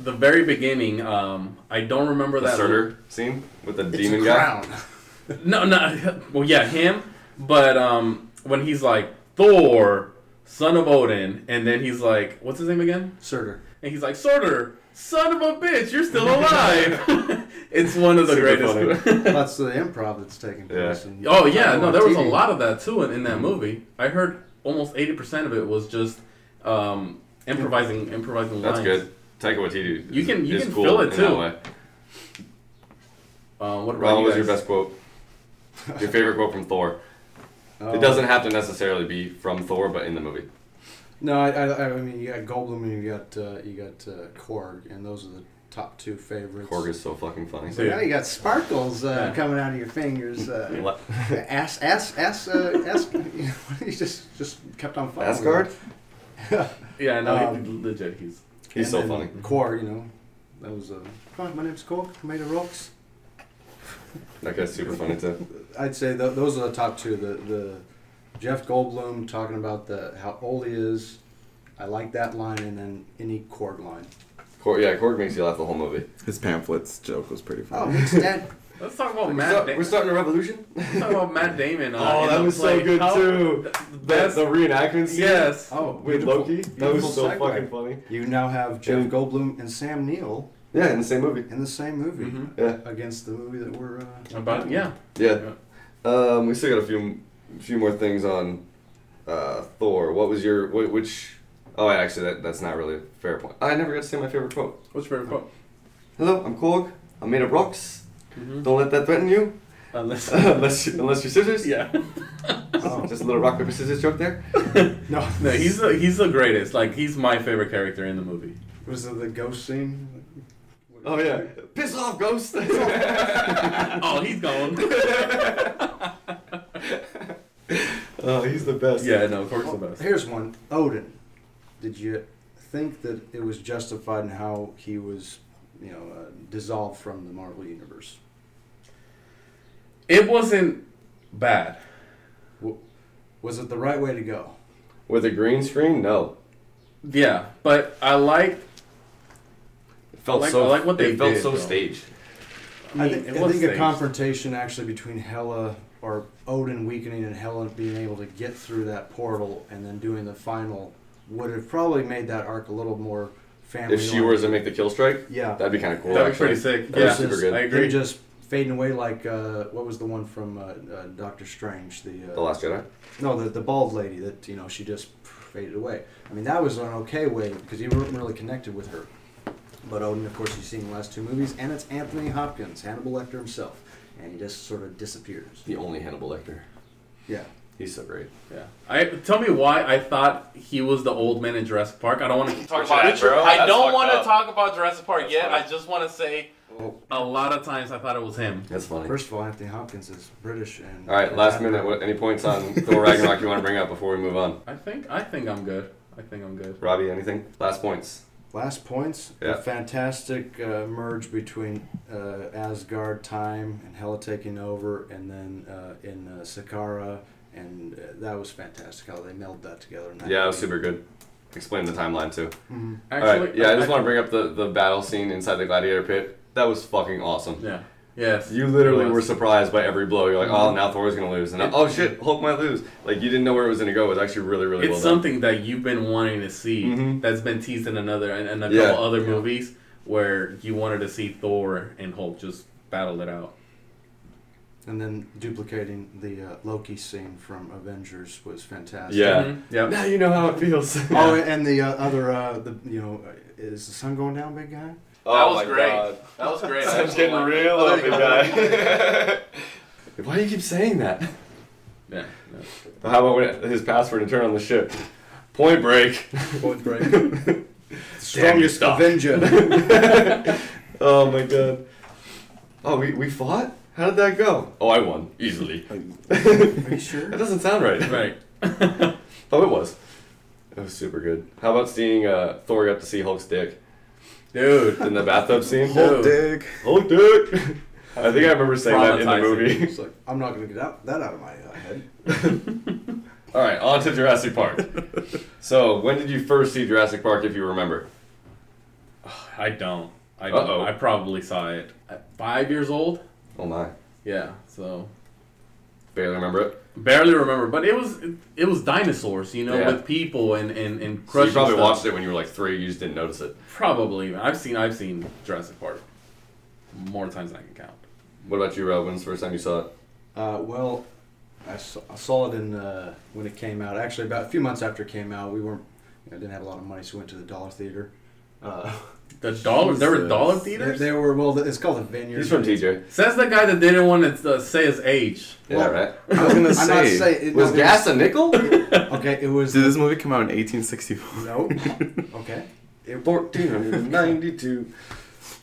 Speaker 4: the very beginning. Um, I don't remember
Speaker 2: The
Speaker 4: that.
Speaker 2: Surtur scene with the
Speaker 1: It's
Speaker 2: demon
Speaker 1: a
Speaker 2: guy.
Speaker 1: crown.
Speaker 4: No, no. Well, yeah, him. But um, when he's like Thor, son of Odin, and then he's like, what's his name again?
Speaker 1: Surtur.
Speaker 4: And he's like Surtur, son of a bitch, you're still alive. it's one of the
Speaker 2: Super
Speaker 4: greatest.
Speaker 1: That's the improv that's taking place.
Speaker 2: Yeah.
Speaker 1: in-
Speaker 4: oh yeah, no, there was a
Speaker 1: TV.
Speaker 4: lot of that too in, in that movie. I heard almost eighty percent of it was just um, improvising, improvising
Speaker 2: That's
Speaker 4: lines.
Speaker 2: good. Taika Waititi.
Speaker 4: You
Speaker 2: is-
Speaker 4: can- you
Speaker 2: is
Speaker 4: can
Speaker 2: cool
Speaker 4: feel it,
Speaker 2: in that
Speaker 4: too.
Speaker 2: way.
Speaker 4: Uh, what about
Speaker 2: Ron, what
Speaker 4: you
Speaker 2: was your
Speaker 4: guys?
Speaker 2: best quote? Your favorite quote from Thor.
Speaker 1: Oh.
Speaker 4: Um,
Speaker 2: It doesn't have to necessarily be from Thor, but in the movie.
Speaker 1: No, I, I, I mean you got Goldblum and you got uh, you got uh, Korg, and those are the top two favorites.
Speaker 2: Korg is so fucking funny.
Speaker 1: So now you got sparkles uh,
Speaker 4: Yeah.
Speaker 1: coming out of your fingers. Uh,
Speaker 2: Le-
Speaker 1: ass, ass, ass, uh, ass. You know, he just just kept on fighting.
Speaker 2: Asgard.
Speaker 4: Yeah, no, he-
Speaker 1: Um,
Speaker 4: legit, he's
Speaker 2: He's so
Speaker 1: And
Speaker 2: funny.
Speaker 1: then Korg, you know, that was a. Hi, my name's Korg. I made of rocks.
Speaker 2: That guy's super funny too.
Speaker 1: I'd say th- those are the top two. The the Jeff Goldblum talking about the how old he is. I like that line, and then any chord line.
Speaker 2: Korg, yeah, Korg makes you laugh the whole movie.
Speaker 7: His pamphlets joke was pretty
Speaker 1: Oh,
Speaker 7: funny.
Speaker 1: it's that
Speaker 4: Let's talk about
Speaker 2: We're,
Speaker 4: Matt.
Speaker 2: start-
Speaker 4: Da-
Speaker 2: we're starting a revolution.
Speaker 4: Let's talk about Matt Damon. Uh,
Speaker 2: Oh,
Speaker 4: in
Speaker 2: that
Speaker 4: the
Speaker 2: was so
Speaker 4: play.
Speaker 2: good, too.
Speaker 4: th-
Speaker 2: The,
Speaker 4: Best.
Speaker 2: the reenactment scene.
Speaker 4: yes.
Speaker 1: oh
Speaker 2: With
Speaker 1: beautiful-
Speaker 2: Loki. That
Speaker 1: beautiful
Speaker 2: was so
Speaker 1: segue.
Speaker 2: fucking funny.
Speaker 1: You now have Jeff
Speaker 2: And-
Speaker 1: Goldblum and Sam Neill
Speaker 2: Yeah, in the same movie.
Speaker 1: in the same movie
Speaker 4: Mhm.
Speaker 2: Yeah.
Speaker 1: against the movie that we're uh,
Speaker 4: About yeah.
Speaker 2: Mm-hmm. Yeah. Um, we still got a few, few more things on uh, Thor. What was your wh- which? Oh, yeah, actually, that, that's not really a fair point. I never got to say my favorite quote.
Speaker 4: What's your favorite quote?
Speaker 2: Hello, I'm Korg. I'm made of rocks.
Speaker 4: Mhm.
Speaker 2: Don't let that threaten you,
Speaker 4: Unless
Speaker 2: unless you, unless you're scissors.
Speaker 4: Uh, yeah.
Speaker 1: Oh.
Speaker 2: Just a little rock paper scissors joke there.
Speaker 1: no
Speaker 4: No, he's the, he's the greatest. Like he's my favorite character in the movie.
Speaker 1: was it the ghost scene.
Speaker 2: Oh yeah, piss off, ghost.
Speaker 4: oh, he's gone.
Speaker 2: oh, he's the best.
Speaker 4: yeah, no, Korg's the
Speaker 1: Well,
Speaker 4: best.
Speaker 1: Here's one. Odin. Did you think that it was justified in how he was, you know, uh, dissolved from the Marvel universe?
Speaker 4: It wasn't bad.
Speaker 1: Was it the right way to go?
Speaker 2: With a green screen, no.
Speaker 4: Yeah, but I liked.
Speaker 2: It felt
Speaker 4: I like-
Speaker 2: so.
Speaker 4: I like what they
Speaker 2: it felt
Speaker 4: did,
Speaker 2: so
Speaker 4: though.
Speaker 2: staged.
Speaker 1: I,
Speaker 4: mean,
Speaker 1: think,
Speaker 4: it
Speaker 1: I
Speaker 4: was
Speaker 1: think a
Speaker 4: staged.
Speaker 1: confrontation actually between Hela or Odin weakening and Hela being able to get through that portal and then doing the final would have probably made that arc a little more family.
Speaker 2: If she were to make the kill strike,
Speaker 1: yeah,
Speaker 2: that'd be kind of cool.
Speaker 4: That'd be
Speaker 2: actually.
Speaker 4: pretty sick.
Speaker 2: That'd be
Speaker 4: Yeah.
Speaker 2: super good.
Speaker 4: I
Speaker 1: him
Speaker 4: agree.
Speaker 1: just fading away like uh, what was the one from uh, uh, Doctor Strange? The, uh,
Speaker 2: The Last Jedi.
Speaker 1: no, the the bald lady that you know she just faded away. I mean that was an okay way because you weren't really connected with her. But Odin, of course, you've seen the last two movies, and it's Anthony Hopkins, Hannibal Lecter himself, and he just sort of disappears.
Speaker 2: The only Hannibal Lecter.
Speaker 1: Yeah.
Speaker 2: He's so great.
Speaker 4: Yeah. I tell me why I thought he was the old man in Jurassic Park. I don't want to keep
Speaker 3: Talk
Speaker 4: talking
Speaker 3: about
Speaker 4: about
Speaker 3: it, bro.
Speaker 5: That's
Speaker 3: I don't
Speaker 5: fucked
Speaker 3: want to
Speaker 5: up.
Speaker 3: talk about Jurassic Park yet.
Speaker 5: funny.
Speaker 3: I just want to say
Speaker 2: Oh.
Speaker 4: A lot of times I thought it was him.
Speaker 2: That's funny.
Speaker 1: First of all, Anthony Hopkins is British, and
Speaker 2: All right, last minute. What, any points on Thor Ragnarok you want to bring up before we move on?
Speaker 4: I think I think I'm good. I think I'm good.
Speaker 2: Robbie, anything? Last points.
Speaker 1: Last points.
Speaker 2: Yeah.
Speaker 1: The fantastic uh, merge between uh, Asgard time and Hela taking over, and then uh, in uh, Sakara, and uh, that was fantastic how they melded that together. in that
Speaker 2: Yeah, it was
Speaker 1: movie.
Speaker 2: super good. Explain the timeline too.
Speaker 4: Actually,
Speaker 2: All right. Yeah, I just
Speaker 4: I-
Speaker 2: want to bring up the the battle scene inside the gladiator pit. That was fucking awesome.
Speaker 4: Yeah. Yes.
Speaker 2: You literally
Speaker 4: It
Speaker 2: were
Speaker 4: was.
Speaker 2: surprised by every blow. You're like, oh, now Thor's gonna lose, and now, oh shit, Hulk might lose. Like you didn't know where it was gonna go. It was actually really, really
Speaker 4: It's
Speaker 2: well done.
Speaker 4: something that you've been wanting to see
Speaker 2: Mhm.
Speaker 4: that's been teased in another and, and a
Speaker 2: Yeah.
Speaker 4: couple other movies where you wanted to see Thor and Hulk just battle it out.
Speaker 1: And then duplicating the uh, Loki scene from Avengers was fantastic.
Speaker 2: Yeah.
Speaker 4: Mm-hmm. Yep.
Speaker 2: Now you know how it feels.
Speaker 1: Oh, and the uh, other, uh, the you know, uh, is the sun going down, big guy?
Speaker 3: that
Speaker 2: Oh
Speaker 3: was great. That was great. I actually liked it.
Speaker 2: up, guy. Why do you keep saying that?
Speaker 4: Yeah. yeah.
Speaker 2: How about when his password and turn on the ship? Point Break.
Speaker 1: Point break.
Speaker 2: Strongest
Speaker 1: Strongest Avenger.
Speaker 2: oh my god. Oh, we, we fought? How did that go? Oh, I won easily.
Speaker 1: Are you sure?
Speaker 2: That doesn't sound right.
Speaker 4: Right.
Speaker 2: Oh, it was. It was super good. How about seeing uh, Thor got to see Hulk's dick
Speaker 4: Dude.
Speaker 2: in the bathtub scene?
Speaker 4: Hulk
Speaker 7: Dig.
Speaker 2: Hulk dick. I think I remember saying that in the
Speaker 4: Traumatizing.
Speaker 2: movie.
Speaker 1: It's like I'm not gonna get out, that out of my uh, head.
Speaker 2: All right, on to Jurassic Park. so, when did you first see Jurassic Park, if you remember?
Speaker 4: I don't. I don't.
Speaker 2: Uh-oh.
Speaker 4: I probably saw it at five years old.
Speaker 2: Oh my,
Speaker 4: Yeah. So
Speaker 2: barely remember it.
Speaker 4: barely remember, but it was it, it was dinosaurs, you know,
Speaker 2: Yeah.
Speaker 4: with people and and and
Speaker 2: So
Speaker 4: crushing
Speaker 2: you probably
Speaker 4: stuff.
Speaker 2: watched it when you were like three. You just didn't notice it.
Speaker 4: Probably. I've seen I've seen Jurassic Park more times than I can count.
Speaker 2: What about you, Rob? When's the first time you saw it?
Speaker 1: Uh, well, I saw, I saw it in uh, when it came out. Actually, about a few months after it came out, we weren't you know, didn't have a lot of money, so we went to the dollar theater. Uh,
Speaker 4: The dollar. There were
Speaker 7: Jesus.
Speaker 4: dollar
Speaker 1: they,
Speaker 4: theaters.
Speaker 1: they were well. It's called the Vineyard.
Speaker 2: He's from TJ.
Speaker 4: Says the guy that didn't want to uh, say his age.
Speaker 2: Yeah, right.
Speaker 7: I was gonna
Speaker 1: I'm not saying it,
Speaker 2: Was
Speaker 1: no,
Speaker 2: gas a nickel?
Speaker 1: It was, okay, it was
Speaker 3: Did this movie come out in 1864?
Speaker 1: no. Okay. It,
Speaker 2: Fourteen hundred ninety-two.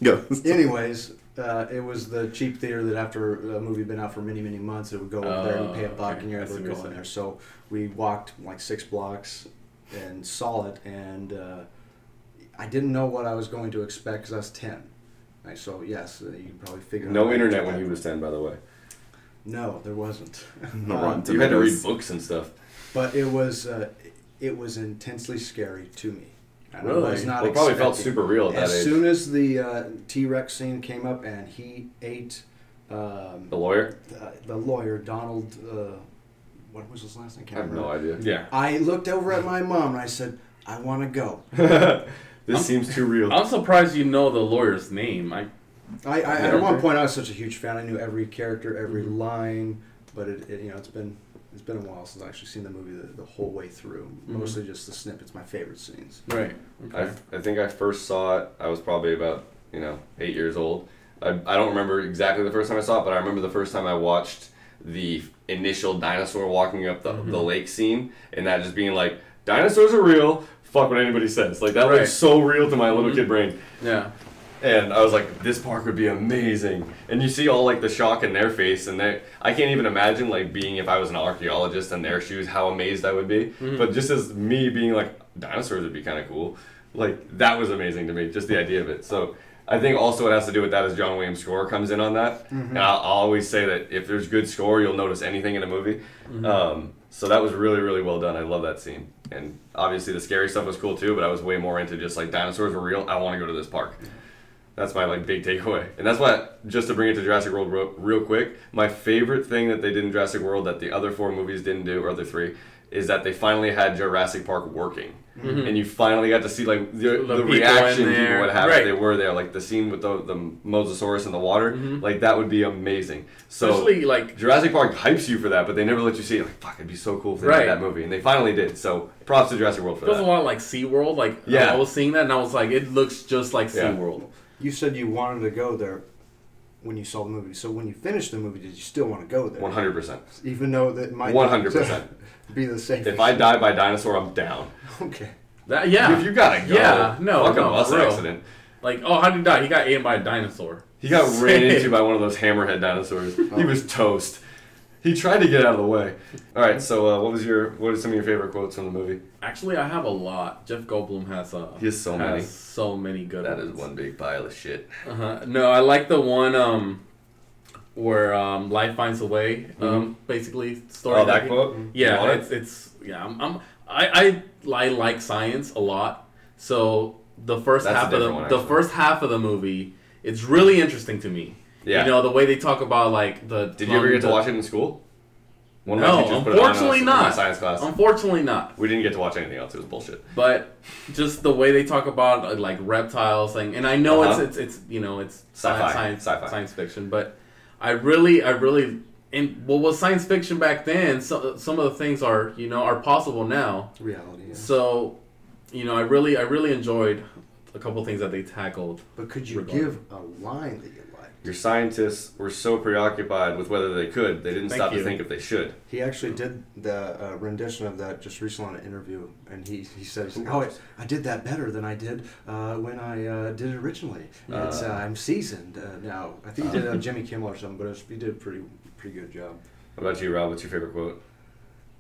Speaker 3: Go.
Speaker 1: anyways, uh, it was the cheap theater that after a movie had been out for many many months, it would go over there and
Speaker 4: Oh,
Speaker 1: pay a buck,
Speaker 4: okay.
Speaker 1: and you're
Speaker 4: I see
Speaker 1: able to
Speaker 4: what
Speaker 1: go
Speaker 4: you're
Speaker 1: in
Speaker 4: saying.
Speaker 1: there. So we walked like six blocks and saw it, and uh, I didn't know what I was going to expect because I was ten. Right, so yes, uh, you can probably figure. out
Speaker 2: No
Speaker 1: what
Speaker 2: internet
Speaker 1: I
Speaker 2: when he
Speaker 1: expected.
Speaker 2: was ten, by the way.
Speaker 1: No, there wasn't.
Speaker 3: No,
Speaker 1: Uh,
Speaker 3: Rotten
Speaker 2: You had to read
Speaker 3: Tomatoes.
Speaker 2: books and stuff.
Speaker 1: but it was uh, it was intensely scary to me. And I
Speaker 4: Really?
Speaker 1: was not
Speaker 2: Well, it probably felt
Speaker 1: expecting-
Speaker 2: super real at that
Speaker 1: As
Speaker 2: age.
Speaker 1: soon as the uh, T Rex scene came up and he ate um,
Speaker 2: The lawyer?
Speaker 1: the, the lawyer Donald, uh, what was his last name?
Speaker 2: I have no idea.
Speaker 4: Yeah.
Speaker 1: I looked over at my mom and I said, "I want to go."
Speaker 2: This seems too real.
Speaker 4: I'm surprised you know the lawyer's name. I
Speaker 1: I, I
Speaker 2: Yeah.
Speaker 1: at one point I was such a huge fan. I knew every character, every
Speaker 2: Mm-hmm.
Speaker 1: line. But it, it, you know, it's been it's been a while since I actually seen the movie the, the whole way through.
Speaker 2: Mm-hmm.
Speaker 1: Mostly just the snippets, my favorite scenes.
Speaker 4: right.
Speaker 2: I,
Speaker 4: Okay.
Speaker 2: I think I first saw it. I was probably about you know eight years old. I, I don't remember exactly the first time I saw it, but I remember the first time I watched the initial dinosaur walking up the,
Speaker 4: Mm-hmm.
Speaker 2: the lake scene, and that just being like, dinosaurs are real. Fuck what anybody says. Like that
Speaker 4: Right. Mm-hmm.
Speaker 2: was so real to my little kid brain.
Speaker 4: yeah.
Speaker 2: And I was like, this park would be amazing. And you see all like the shock in their face, and they I can't even imagine like being if I was an archaeologist in their shoes, how amazed I would be. But just as me being like dinosaurs would be kind of cool, like that was amazing to me, just the idea of it. So I think also what has to do with that is John Williams' score comes in on that. And I'll, I'll always say that if there's good score, you'll notice anything in a movie. Um, so that was really really well done. I love that scene. And obviously the scary stuff was cool too, but I was way more into just like dinosaurs were real. I want to go to this park. That's my like big takeaway, and that's what just to bring it to Jurassic World real, real quick. My favorite thing that they did in Jurassic World that the other four movies didn't do, or other three, is that they finally had Jurassic Park working, and you finally got to see like the, the,
Speaker 4: people in
Speaker 2: reaction people
Speaker 4: there.
Speaker 2: would have if
Speaker 5: Right.
Speaker 2: they were there. Like the scene with the, the mosasaurus in the water,
Speaker 4: Mm-hmm.
Speaker 2: like that would be amazing. So
Speaker 5: Especially like
Speaker 2: Jurassic Park hypes you for that, but they never let you see it. Like, fuck, it'd be so cool if they
Speaker 4: Right.
Speaker 2: made that movie, and they finally did. So, props to Jurassic World for
Speaker 4: There's a
Speaker 2: that.
Speaker 4: lot like SeaWorld. Like
Speaker 2: Yeah.
Speaker 4: I was seeing that and I was like, it looks just like
Speaker 2: Yeah.
Speaker 4: SeaWorld.
Speaker 1: You said you wanted to go there when you saw the movie. So when you finished the movie, did you still want to go there?
Speaker 2: One hundred percent.
Speaker 1: Even though that might
Speaker 2: 100%.
Speaker 1: be the safest.
Speaker 2: If I die by dinosaur, I'm down.
Speaker 1: okay,
Speaker 4: That yeah.
Speaker 2: If you gotta go,
Speaker 4: Yeah, no,
Speaker 2: fuck
Speaker 4: no,
Speaker 2: a bus
Speaker 4: for real.
Speaker 2: accident.
Speaker 4: Like oh, how did he die? He got eaten by a dinosaur.
Speaker 2: He got
Speaker 4: Sick.
Speaker 2: ran into by one of those hammerhead dinosaurs. He was toast. He tried to get out of the way. All right, so uh, what was your what are some of your favorite quotes from the movie?
Speaker 4: Actually, I have a lot. Jeff Goldblum has uh,
Speaker 2: He has so many.
Speaker 4: so many good.
Speaker 2: That
Speaker 4: ones.
Speaker 2: is one big pile of shit.
Speaker 4: Uh-huh. No, I like the one um, where um, life finds a way. Um, basically, story.
Speaker 2: Mm-hmm. Oh, that
Speaker 4: he-
Speaker 2: quote. You
Speaker 4: Yeah,
Speaker 2: want it?
Speaker 4: it's, it's yeah. I'm, I'm I, I I like science a lot. So the first
Speaker 2: That's a
Speaker 4: half of the
Speaker 2: different one,
Speaker 4: the
Speaker 2: actually.
Speaker 4: first half of the movie, it's really interesting to me.
Speaker 2: Yeah.
Speaker 4: You know the way they talk about like the.
Speaker 2: Did you ever get to watch it in school? One of my
Speaker 4: No,
Speaker 2: teachers put it on
Speaker 4: unfortunately
Speaker 2: in my
Speaker 4: not. Um,
Speaker 2: science class.
Speaker 4: Unfortunately, not.
Speaker 2: we didn't get to watch anything else. It was bullshit.
Speaker 4: But just the way they talk about uh, like reptiles thing, and I know
Speaker 2: Uh-huh.
Speaker 4: it's it's it's you know it's
Speaker 2: Sci-fi.
Speaker 4: science science,
Speaker 2: Sci-fi.
Speaker 4: science fiction, but I really I really and what was science fiction back then? So, some of the things are you know are possible now.
Speaker 1: reality. Yeah.
Speaker 4: So, you know, I really, I really enjoyed a couple things that they tackled.
Speaker 1: But could you
Speaker 4: Regardless.
Speaker 1: give a line that you liked?
Speaker 2: Your scientists were so preoccupied with whether they could, they didn't
Speaker 4: Thank
Speaker 2: stop to
Speaker 4: you.
Speaker 2: think if they should.
Speaker 1: He actually did the uh, rendition of that just recently on an interview, and he, he said, he's like, "Oh, I, I did that better than I did uh, when I uh, did it originally. It's, uh, I'm seasoned uh, now. I think he did it on Jimmy Kimmel or something, but it was, he did a pretty pretty good job."
Speaker 2: What about you, Rob? What's your favorite quote?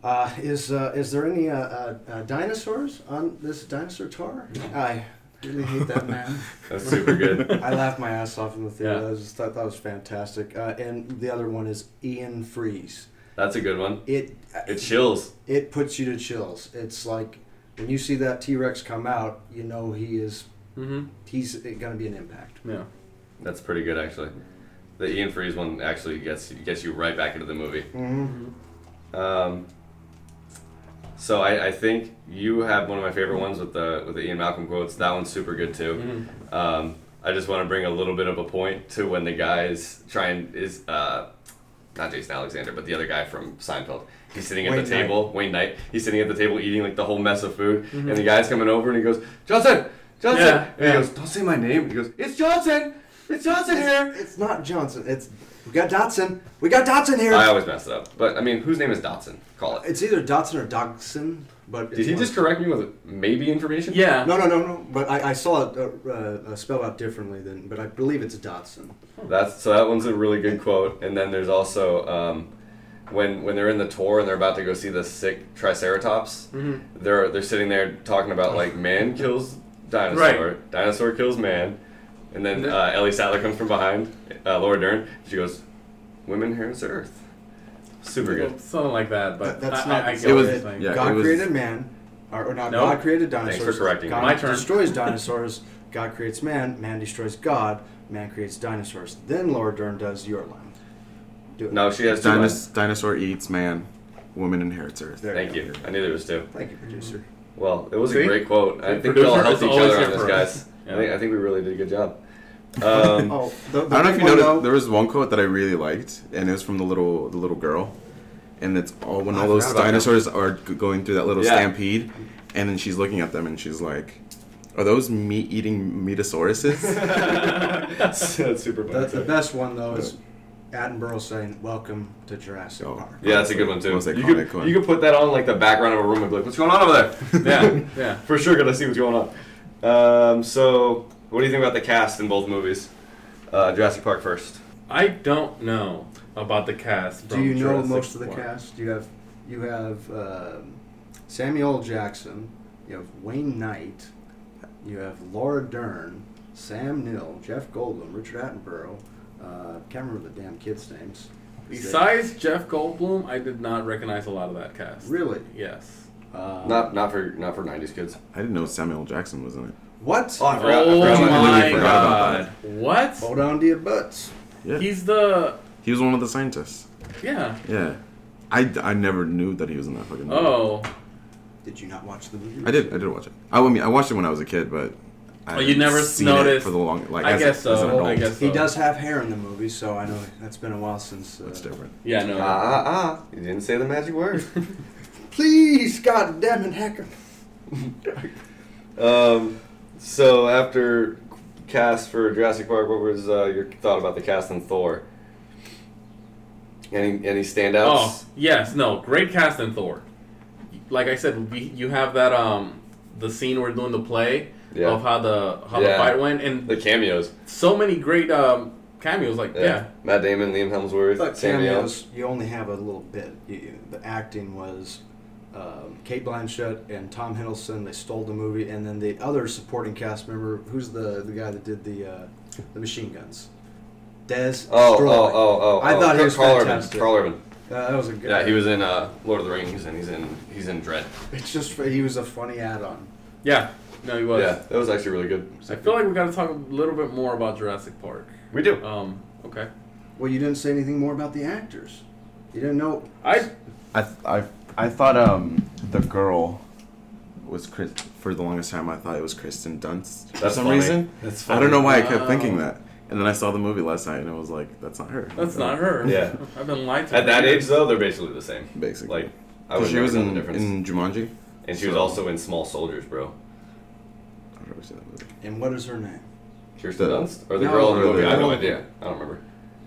Speaker 1: Uh, is uh, is there any uh, uh, uh, dinosaurs on this dinosaur tour? I really hate that man.
Speaker 2: That's super good.
Speaker 1: I laughed my ass off in the theater.
Speaker 4: Yeah.
Speaker 1: I just thought that was fantastic. Uh, and the other one is Ian Freeze.
Speaker 2: That's a good one.
Speaker 1: It
Speaker 2: It chills.
Speaker 1: it puts you to chills. It's like when you see that T Rex come out, you know he is
Speaker 4: Mm-hmm.
Speaker 1: he's going to be an impact.
Speaker 4: Yeah.
Speaker 2: That's pretty good, actually. The Ian Freeze one actually gets gets you right back into the movie. Um, so I, I think you have one of my favorite ones with the with the Ian Malcolm quotes. That one's super good too. Um, I just want to bring a little bit of a point to when the guys trying is uh, not Jason Alexander, but the other guy from Seinfeld. He's sitting at
Speaker 1: Wayne
Speaker 2: the
Speaker 1: Knight.
Speaker 2: table, Wayne Knight. He's sitting at the table eating like the whole mess of food, and the guy's coming over and he goes, Johnson, Johnson,
Speaker 4: Yeah,
Speaker 2: and
Speaker 4: yeah.
Speaker 2: he goes, don't say my name. And he goes, it's Johnson, it's Johnson here.
Speaker 1: It's not Johnson. It's we got Dotson. We got Dotson here.
Speaker 2: I always mess it up, but I mean, whose name is Dotson? Call it.
Speaker 1: it's either Dotson or Dodson, but
Speaker 2: Did he just correct me with maybe information?
Speaker 4: Yeah.
Speaker 1: No, no, no, no. But I, I saw it uh, uh, spelled out differently than, but I believe it's Dotson.
Speaker 2: That's so that one's a really good quote. And then there's also um, when when they're in the tour and they're about to go see the sick Triceratops, they're they're sitting there talking about like man kills dinosaur, dinosaur kills man, and then uh, Ellie Sattler comes from behind, uh, Laura Dern. She goes, "Women inherits the earth." Super good.
Speaker 4: Something like that, but
Speaker 1: That- that's
Speaker 4: I,
Speaker 1: not.
Speaker 4: I, I
Speaker 1: it
Speaker 4: get what
Speaker 1: was-
Speaker 4: you're saying.
Speaker 5: yeah.
Speaker 1: God
Speaker 5: it was-
Speaker 1: created man, or, or not?
Speaker 4: Nope.
Speaker 1: God created
Speaker 2: for
Speaker 1: dinosaurs.
Speaker 2: correcting me.
Speaker 1: God
Speaker 4: My turn.
Speaker 1: destroys dinosaurs. God creates man. Man destroys God. Man creates dinosaurs. Then Laura Dern does your line. Do it.
Speaker 2: No, she has two. lines.
Speaker 5: Dinos- dinosaur eats man, woman inherits earth.
Speaker 1: There
Speaker 2: Thank
Speaker 1: go.
Speaker 2: you. I knew there was two.
Speaker 1: Thank you, producer.
Speaker 2: Well, it was a
Speaker 4: See?
Speaker 2: great quote. I
Speaker 4: See,
Speaker 2: think we all
Speaker 4: producer
Speaker 2: helped
Speaker 4: is
Speaker 2: each
Speaker 4: always
Speaker 2: other
Speaker 4: here
Speaker 2: on this,
Speaker 4: for
Speaker 2: guys.
Speaker 4: us.
Speaker 2: I,
Speaker 4: Yeah.
Speaker 2: think, I think we really did a good job. Um,
Speaker 1: Oh, the, the
Speaker 5: I don't know if
Speaker 1: big one,
Speaker 5: you noticed
Speaker 1: though-
Speaker 5: there was one quote that I really liked, and it was from the little the little girl, and it's all when
Speaker 2: Oh, I
Speaker 5: all those
Speaker 2: forgot about
Speaker 5: dinosaurs are g- going through that little
Speaker 2: Yeah.
Speaker 5: stampede, and then she's looking at them and she's like, "Are those meat eating metasauruses?"
Speaker 2: that's super
Speaker 1: the,
Speaker 2: funny.
Speaker 1: the best one though is Attenborough saying, "Welcome to Jurassic
Speaker 5: Oh.
Speaker 1: Park."
Speaker 2: yeah, that's a good one too.
Speaker 5: Most
Speaker 2: You
Speaker 5: iconic
Speaker 2: could,
Speaker 5: one.
Speaker 2: you could put that on like the background of a room and be like, "What's going on over there?"
Speaker 4: Yeah. yeah.
Speaker 2: For sure, gotta see what's going on. Um, so, what do you think about the cast in both movies? Uh, Jurassic Park first.
Speaker 4: I don't know about the cast.
Speaker 1: Do
Speaker 4: from
Speaker 1: you know
Speaker 4: Jurassic
Speaker 1: most of the
Speaker 4: Park.
Speaker 1: cast? You have you have um, Samuel L. Jackson, you have Wayne Knight, you have Laura Dern, Sam Neill, Jeff Goldblum, Richard Attenborough. Uh, can't remember the damn kids' names.
Speaker 4: Besides Jeff Goldblum, I did not recognize a lot of that cast.
Speaker 1: really,
Speaker 4: Yes.
Speaker 1: uh,
Speaker 2: Not not for not for '90s kids.
Speaker 5: I didn't know Samuel Jackson was in it.
Speaker 1: What?
Speaker 8: Oh, I forgot. I
Speaker 4: Oh
Speaker 8: forgot about
Speaker 5: completely
Speaker 4: my
Speaker 5: forgot about
Speaker 4: god. What?
Speaker 1: Hold on to your butts.
Speaker 5: Yeah.
Speaker 4: He's the.
Speaker 5: He was one of the scientists.
Speaker 4: Yeah.
Speaker 5: Yeah. I, I never knew that he was in that fucking movie.
Speaker 4: Oh.
Speaker 1: Did you not watch the movie?
Speaker 5: I did. I did watch it. I, I mean, I watched it when I was a kid, but I
Speaker 4: Oh, you
Speaker 5: haven't
Speaker 4: never
Speaker 5: seen it
Speaker 4: noticed.
Speaker 5: for the long. Like
Speaker 4: I
Speaker 5: as, a-
Speaker 4: guess so.
Speaker 5: as an adult.
Speaker 4: I guess so.
Speaker 1: He does have hair in the movie, so I know that's been a while since. Uh,
Speaker 5: That's different.
Speaker 4: Yeah, no.
Speaker 2: Ah, ah, ah. You didn't say the magic word.
Speaker 1: Please, God damn it, hacker.
Speaker 2: um, so after cast for Jurassic Park, what was uh, your thought about the cast in Thor? Any any standouts?
Speaker 4: Oh yes, no, great cast in Thor. Like I said, we, you have that um the scene we're doing the play
Speaker 2: Yeah.
Speaker 5: Oh.
Speaker 4: of how the how
Speaker 2: Yeah.
Speaker 4: the fight went, and
Speaker 2: The cameos.
Speaker 4: so many great um cameos. Like yeah,
Speaker 2: Matt Damon, Liam Hemsworth,
Speaker 1: But
Speaker 2: Sam Neill.
Speaker 1: cameos, you only have a little bit. You- you- the acting was um, Kate Blanchett and Tom Hiddleston. They stole the movie, and then the other supporting cast member, who's the the guy that did the uh, the machine guns, Des.
Speaker 2: Oh,
Speaker 1: Stroy.
Speaker 2: oh, oh, oh!
Speaker 1: I
Speaker 2: oh.
Speaker 1: thought he
Speaker 2: Car-
Speaker 1: was
Speaker 2: Carl
Speaker 1: fantastic.
Speaker 2: Urban. Carl Urban.
Speaker 1: Uh, that was a good.
Speaker 2: Yeah, he was in uh, Lord of the Rings, and he's in he's in Dread.
Speaker 1: It's just he was a funny add-on.
Speaker 4: yeah. No, he was.
Speaker 2: yeah, that was actually really good.
Speaker 4: I feel like we got to talk a little bit more about Jurassic Park.
Speaker 2: We do.
Speaker 4: Um, okay.
Speaker 1: Well, you didn't say anything more about the actors. You didn't know.
Speaker 4: I
Speaker 5: I, th- I, I thought um the girl was Chris for the longest time. I thought it was Kristen Dunst for
Speaker 2: That's
Speaker 5: some
Speaker 2: funny.
Speaker 5: reason.
Speaker 2: That's
Speaker 5: I don't know why I
Speaker 4: Wow.
Speaker 5: kept thinking that. And then I saw the movie last night, and I was like, "That's not her."
Speaker 4: that's not her.
Speaker 2: Yeah.
Speaker 4: I've been lied to.
Speaker 2: At
Speaker 4: for
Speaker 2: that age,
Speaker 4: years.
Speaker 2: though, they're basically the same.
Speaker 5: Basically,
Speaker 2: Like, I
Speaker 5: because
Speaker 2: would
Speaker 5: she was
Speaker 2: know the
Speaker 5: in,
Speaker 2: difference.
Speaker 5: in Jumanji.
Speaker 2: and she was
Speaker 5: so-
Speaker 2: also in Small Soldiers, bro.
Speaker 5: I've never seen that movie.
Speaker 1: And what is her name?
Speaker 2: Kirsten
Speaker 5: The-
Speaker 2: Dunst or the
Speaker 1: No,
Speaker 2: girl in the
Speaker 5: no,
Speaker 2: movie? I have no
Speaker 1: no.
Speaker 2: idea. I don't remember.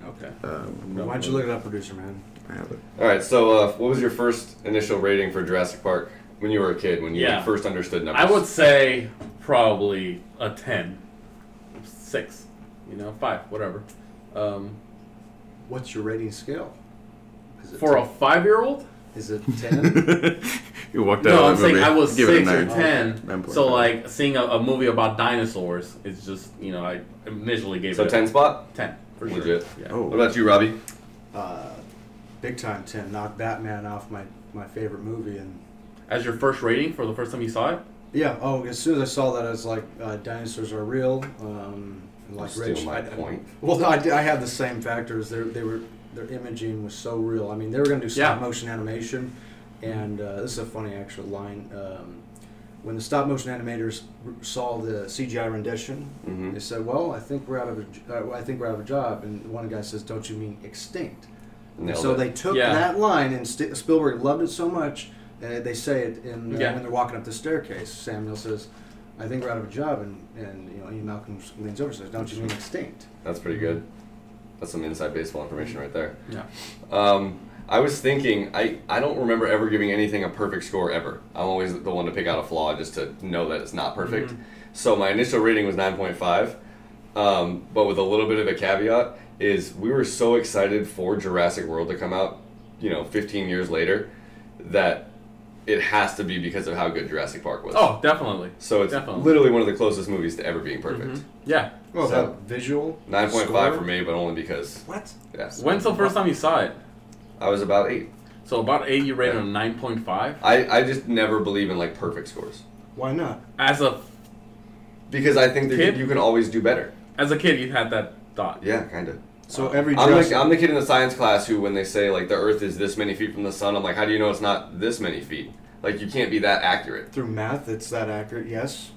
Speaker 4: Okay.
Speaker 5: Um,
Speaker 1: Why don't you look it up, producer man?
Speaker 5: I have it.
Speaker 2: All right. So, uh, what was your first initial rating for Jurassic Park when you were a kid? When you
Speaker 4: Yeah.
Speaker 2: first understood numbers?
Speaker 4: I would say probably a 10, 6, you know, 5, whatever. Um,
Speaker 1: What's your rating scale? Is it
Speaker 4: for a
Speaker 1: ten?
Speaker 4: five year old?
Speaker 1: Is it ten?
Speaker 5: you walked out.
Speaker 4: No, I'm
Speaker 5: of that
Speaker 4: saying
Speaker 5: movie.
Speaker 4: I was
Speaker 5: Give
Speaker 4: six
Speaker 5: it a
Speaker 4: or
Speaker 5: nine.
Speaker 4: ten.
Speaker 5: Nine point
Speaker 4: so
Speaker 5: five.
Speaker 4: like seeing a, a movie about dinosaurs is just you know I initially gave
Speaker 2: So
Speaker 4: it
Speaker 2: ten spot.
Speaker 4: a ten for
Speaker 2: Legit.
Speaker 4: sure. Yeah.
Speaker 5: Oh,
Speaker 2: What about you, Robbie?
Speaker 1: uh, big time ten. Knocked Batman off my my favorite movie, and
Speaker 4: As your first rating for the first time you saw it?
Speaker 1: yeah. Oh, as soon as I saw that, I was like, uh, dinosaurs are real. Um, and like
Speaker 2: Steal
Speaker 1: Rich,
Speaker 2: my
Speaker 1: I-
Speaker 2: point.
Speaker 1: Well, no, I, did- I had the same factors. They they were their imaging was so real. I mean, they were going to do stop
Speaker 4: Yeah.
Speaker 1: motion animation, and uh, this is a funny actual line. Um, when the stop motion animators r- saw the CGI rendition,
Speaker 2: Mhm.
Speaker 1: they said, "Well, I think we're out of a j- uh, I think we're out of a job." And one guy says, "Don't you mean extinct?"
Speaker 2: Nailed
Speaker 1: so
Speaker 2: it.
Speaker 1: they took
Speaker 4: Yeah.
Speaker 1: that line, and St- Spielberg loved it so much. Uh, they say it in, uh,
Speaker 4: Yeah.
Speaker 1: when they're walking up the staircase. Samuel says, "I think we're out of a job," and, and you know, Ian Malcolm leans over and says, "Don't you mean extinct?"
Speaker 2: That's pretty good. That's some inside baseball information right there.
Speaker 4: Yeah.
Speaker 2: Um, I was thinking, I, I don't remember ever giving anything a perfect score ever. I'm always the one to pick out a flaw just to know that it's not perfect.
Speaker 4: Mm-hmm.
Speaker 2: So my initial rating was 9.5, um, but with a little bit of a caveat is we were so excited for Jurassic World to come out, you know, 15 years later, that it has to be because of how good Jurassic Park was.
Speaker 4: Oh, definitely.
Speaker 2: so it's
Speaker 4: definitely. Mm-hmm.
Speaker 2: literally one of the closest movies to ever being perfect.
Speaker 4: Yeah.
Speaker 1: Well,
Speaker 2: So-
Speaker 1: that visual
Speaker 2: 9.5 for me, but only because
Speaker 1: What?
Speaker 2: yes,
Speaker 4: When's the first time you saw it?
Speaker 2: I was about eight.
Speaker 4: So about eight, you rated
Speaker 2: Yeah.
Speaker 4: a nine point five.
Speaker 2: I, I just never believe in like perfect scores
Speaker 1: Why not?
Speaker 4: As a
Speaker 2: because I think that
Speaker 4: Kid?
Speaker 2: you can always do better.
Speaker 4: as a kid, you had that thought.
Speaker 2: Yeah, kind of.
Speaker 1: So every
Speaker 2: I'm
Speaker 1: Jurassic,
Speaker 2: the, I'm the kid in the science class who, when they say like the Earth is this many feet from the sun, I'm like, how do you know it's not this many feet? Like you can't be that accurate.
Speaker 1: through math, it's that accurate. Yes.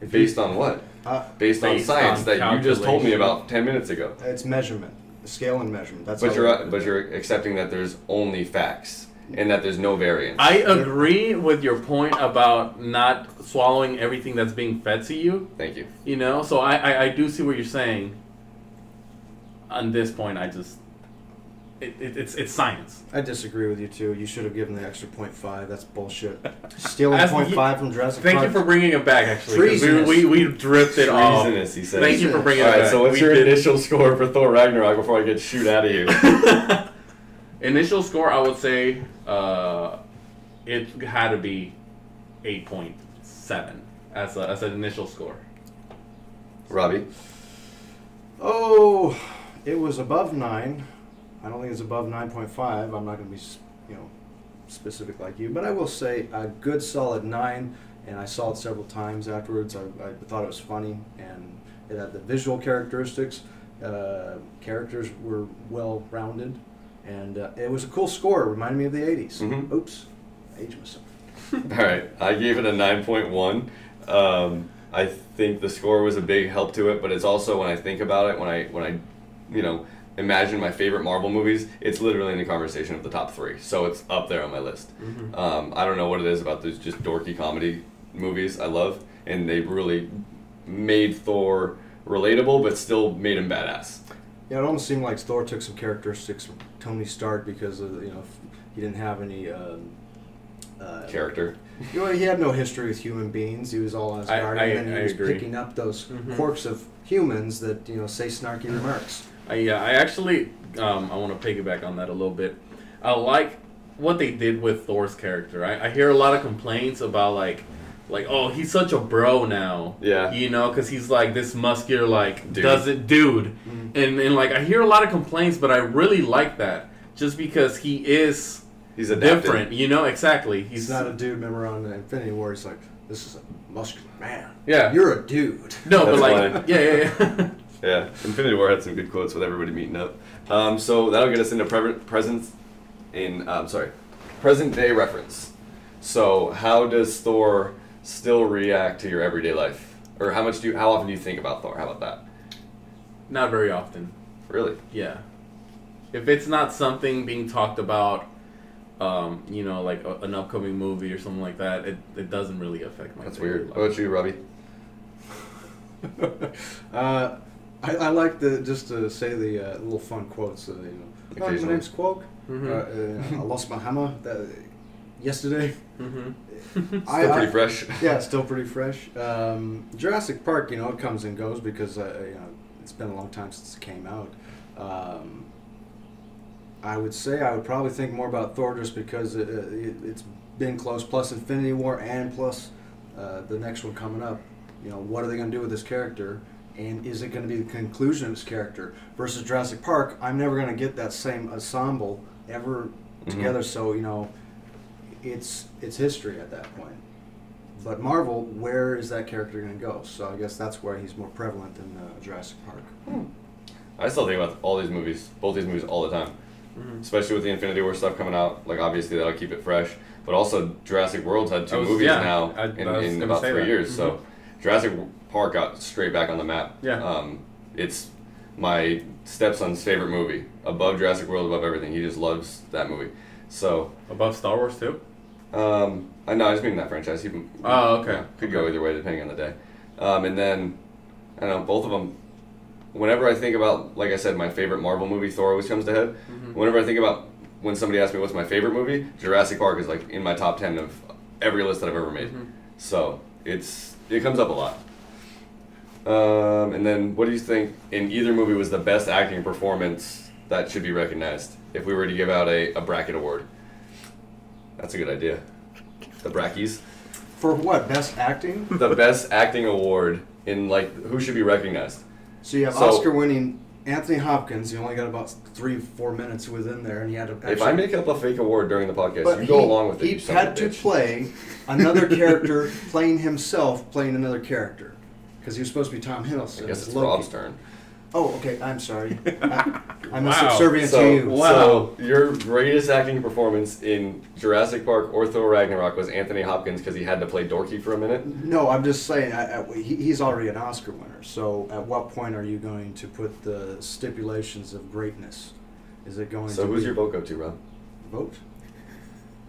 Speaker 1: If you-
Speaker 2: Based on what?
Speaker 1: uh,
Speaker 2: Based, on
Speaker 4: Based
Speaker 2: science
Speaker 4: on
Speaker 2: that you just told me
Speaker 4: calculation.
Speaker 2: about ten minutes ago.
Speaker 1: it's measurement, scale and measurement. That's
Speaker 2: But
Speaker 1: how
Speaker 2: you're
Speaker 1: they-
Speaker 2: uh, but you're accepting that there's only facts and that there's no variance.
Speaker 4: I agree with your point about not swallowing everything that's being fed to you.
Speaker 2: Thank you.
Speaker 4: You know, so I, I, I do see what you're saying. On this point, I just it, it, it's it's science.
Speaker 1: I disagree with you too. You should have given the extra point five. That's bullshit. Stealing
Speaker 4: As
Speaker 1: point
Speaker 4: you-
Speaker 1: five from Jurassic
Speaker 4: Thank
Speaker 1: Park.
Speaker 4: you for bringing it back. Actually, 'cause
Speaker 1: Treasonous.
Speaker 4: we, we we drifted off.
Speaker 2: Treasonous, he says.
Speaker 4: um, Thank you for bringing
Speaker 2: All
Speaker 4: it
Speaker 2: right.
Speaker 4: back.
Speaker 2: So what's
Speaker 4: We
Speaker 2: your
Speaker 4: did-
Speaker 2: initial score for Thor Ragnarok before I get shoot out of here?
Speaker 4: initial score? I would say uh, it had to be eight point seven as a, as an initial score.
Speaker 2: Robbie.
Speaker 1: Oh, it was above nine. I don't think it's above nine point five. I'm not going to be, s- you know, specific like you, but I will say a good solid nine. And I saw it several times afterwards. I, I thought it was funny, and it had the visual characteristics. Uh, characters were well rounded, and uh, it was a cool score. It reminded me of the '80s.
Speaker 2: Mhm.
Speaker 1: Oops, I aged myself.
Speaker 2: All right, I gave it a 9.1. Um, I think the score was a big help to it, but it's also when I think about it, when I when I, you know, imagine my favorite Marvel movies, it's literally in the conversation of the top three. So it's up there on my list. Um, I don't know what it is about those just dorky comedy movies I love, and they really made Thor relatable, but still made him badass.
Speaker 1: Yeah, it almost seemed like Thor took some characteristics from Tony Stark because of you know f- he didn't have any. Um, uh,
Speaker 2: Character.
Speaker 1: you know, he had no history with human beings. He was all on his
Speaker 4: I-
Speaker 1: guard,
Speaker 4: I-
Speaker 1: and then he
Speaker 4: I
Speaker 1: was
Speaker 4: agree.
Speaker 1: picking up those
Speaker 4: Mhm.
Speaker 1: quirks of humans that you know say snarky remarks.
Speaker 4: I, yeah, I actually um, I want to piggyback on that a little bit. I like what they did with Thor's character. I, I hear a lot of complaints about like, like oh he's such a bro now.
Speaker 2: Yeah.
Speaker 4: you know, because he's like this muscular like
Speaker 2: Dude. Mm-hmm.
Speaker 4: doesn't dude, and and like I hear a lot of complaints, but I really like that just because he is
Speaker 2: He's adapted.
Speaker 4: different. You know exactly.
Speaker 1: He's not a dude. Remember on Infinity War, he's like, "This is a muscular man.
Speaker 4: Yeah.
Speaker 1: you're a dude."
Speaker 4: no, but
Speaker 2: That's
Speaker 4: like
Speaker 2: why.
Speaker 4: yeah yeah yeah.
Speaker 2: Yeah, Infinity War had some good quotes with everybody meeting up. Um, so that'll get us into pre- present in um, sorry, present day reference. So how does Thor still react to your everyday life, or how much do you, how often do you think about Thor? How about that?
Speaker 4: not very often.
Speaker 2: Really?
Speaker 4: Yeah. If it's not something being talked about, um, you know, like a, an upcoming movie or something like that, it, it doesn't really affect my
Speaker 2: That's
Speaker 4: daily
Speaker 2: weird.
Speaker 4: life.
Speaker 2: What about you, Robbie?
Speaker 1: uh, I, I like the just to say the uh, little fun quotes. Uh, you know, "Hi, my
Speaker 2: Occasionally.
Speaker 1: name's Quoke.
Speaker 4: Mhm.
Speaker 1: Uh, uh, I lost my hammer that, yesterday.
Speaker 4: Mhm.
Speaker 1: I-
Speaker 2: Still
Speaker 1: I-
Speaker 2: pretty fresh.
Speaker 1: yeah, it's still pretty fresh. Um, Jurassic Park, you know, it comes and goes because uh, you know it's been a long time since it came out. Um, I would say I would probably think more about Thor just because it, it, it's been close, plus Infinity War and plus uh, the next one coming up. You know, what are they going to do with this character? And is it going to be the conclusion of this character versus Jurassic Park? I'm never going to get that same ensemble ever together. So you know, it's it's history at that point. But Marvel, where is that character going to go? So I guess that's why he's more prevalent than uh, Jurassic Park.
Speaker 2: I still think about all these movies, both these movies, all the time.
Speaker 4: Mm-hmm.
Speaker 2: Especially with the Infinity War stuff coming out, like obviously that'll keep it fresh. But also, Jurassic World's had two
Speaker 4: I was-
Speaker 2: movies
Speaker 4: yeah,
Speaker 2: now
Speaker 4: I-
Speaker 2: in,
Speaker 4: I was
Speaker 2: in
Speaker 4: gonna
Speaker 2: about
Speaker 4: say
Speaker 2: three
Speaker 4: that. Mm-hmm.
Speaker 2: years. So Jurassic Park got straight back on the map.
Speaker 4: Yeah.
Speaker 2: Um, it's my stepson's favorite movie, above Jurassic World, above everything. He just loves that movie. So
Speaker 4: Above Star Wars too.
Speaker 2: um, I know I just mean that franchise. He,
Speaker 4: Oh, okay.
Speaker 2: yeah, could go either way depending on the day. Um, and then I don't know both of them. Whenever I think about, like I said, my favorite Marvel movie, Thor always comes to head. Whenever I think about when somebody asks me what's my favorite movie, Jurassic Park is like in my top ten of every list that I've ever made. So it's it comes up a lot. Um, and then, what do you think in either movie was the best acting performance that should be recognized? If we were to give out a, a bracket award, that's a good idea. The brackies
Speaker 1: For what? Best acting?
Speaker 2: the best acting award in like who should be recognized.
Speaker 1: So you have
Speaker 2: So-
Speaker 1: Oscar-winning Anthony Hopkins. He only got about three, four minutes within there, and he had to.
Speaker 2: if I make up a fake award during the podcast,
Speaker 1: but
Speaker 2: you go
Speaker 1: he-
Speaker 2: along with it.
Speaker 1: He
Speaker 2: you son of
Speaker 1: had
Speaker 2: a
Speaker 1: to
Speaker 2: bitch.
Speaker 1: play another character, playing himself, playing another character, because he was supposed to be Tom Hiddleston.
Speaker 2: I guess
Speaker 1: as
Speaker 2: it's
Speaker 1: Loki.
Speaker 2: Rob's turn.
Speaker 1: Oh, okay. I'm sorry. I, I'm
Speaker 4: Wow.
Speaker 1: subservient
Speaker 2: So,
Speaker 1: to you.
Speaker 2: so your greatest acting performance in Jurassic Park or Thor Ragnarok was Anthony Hopkins because he had to play dorky for a minute.
Speaker 1: No, I'm just saying I, I, he, he's already an Oscar winner. So, at what point are you going to put the stipulations of greatness? Is it going
Speaker 2: So
Speaker 1: to
Speaker 2: who's
Speaker 1: be
Speaker 2: your vote go to, Rob?
Speaker 1: vote?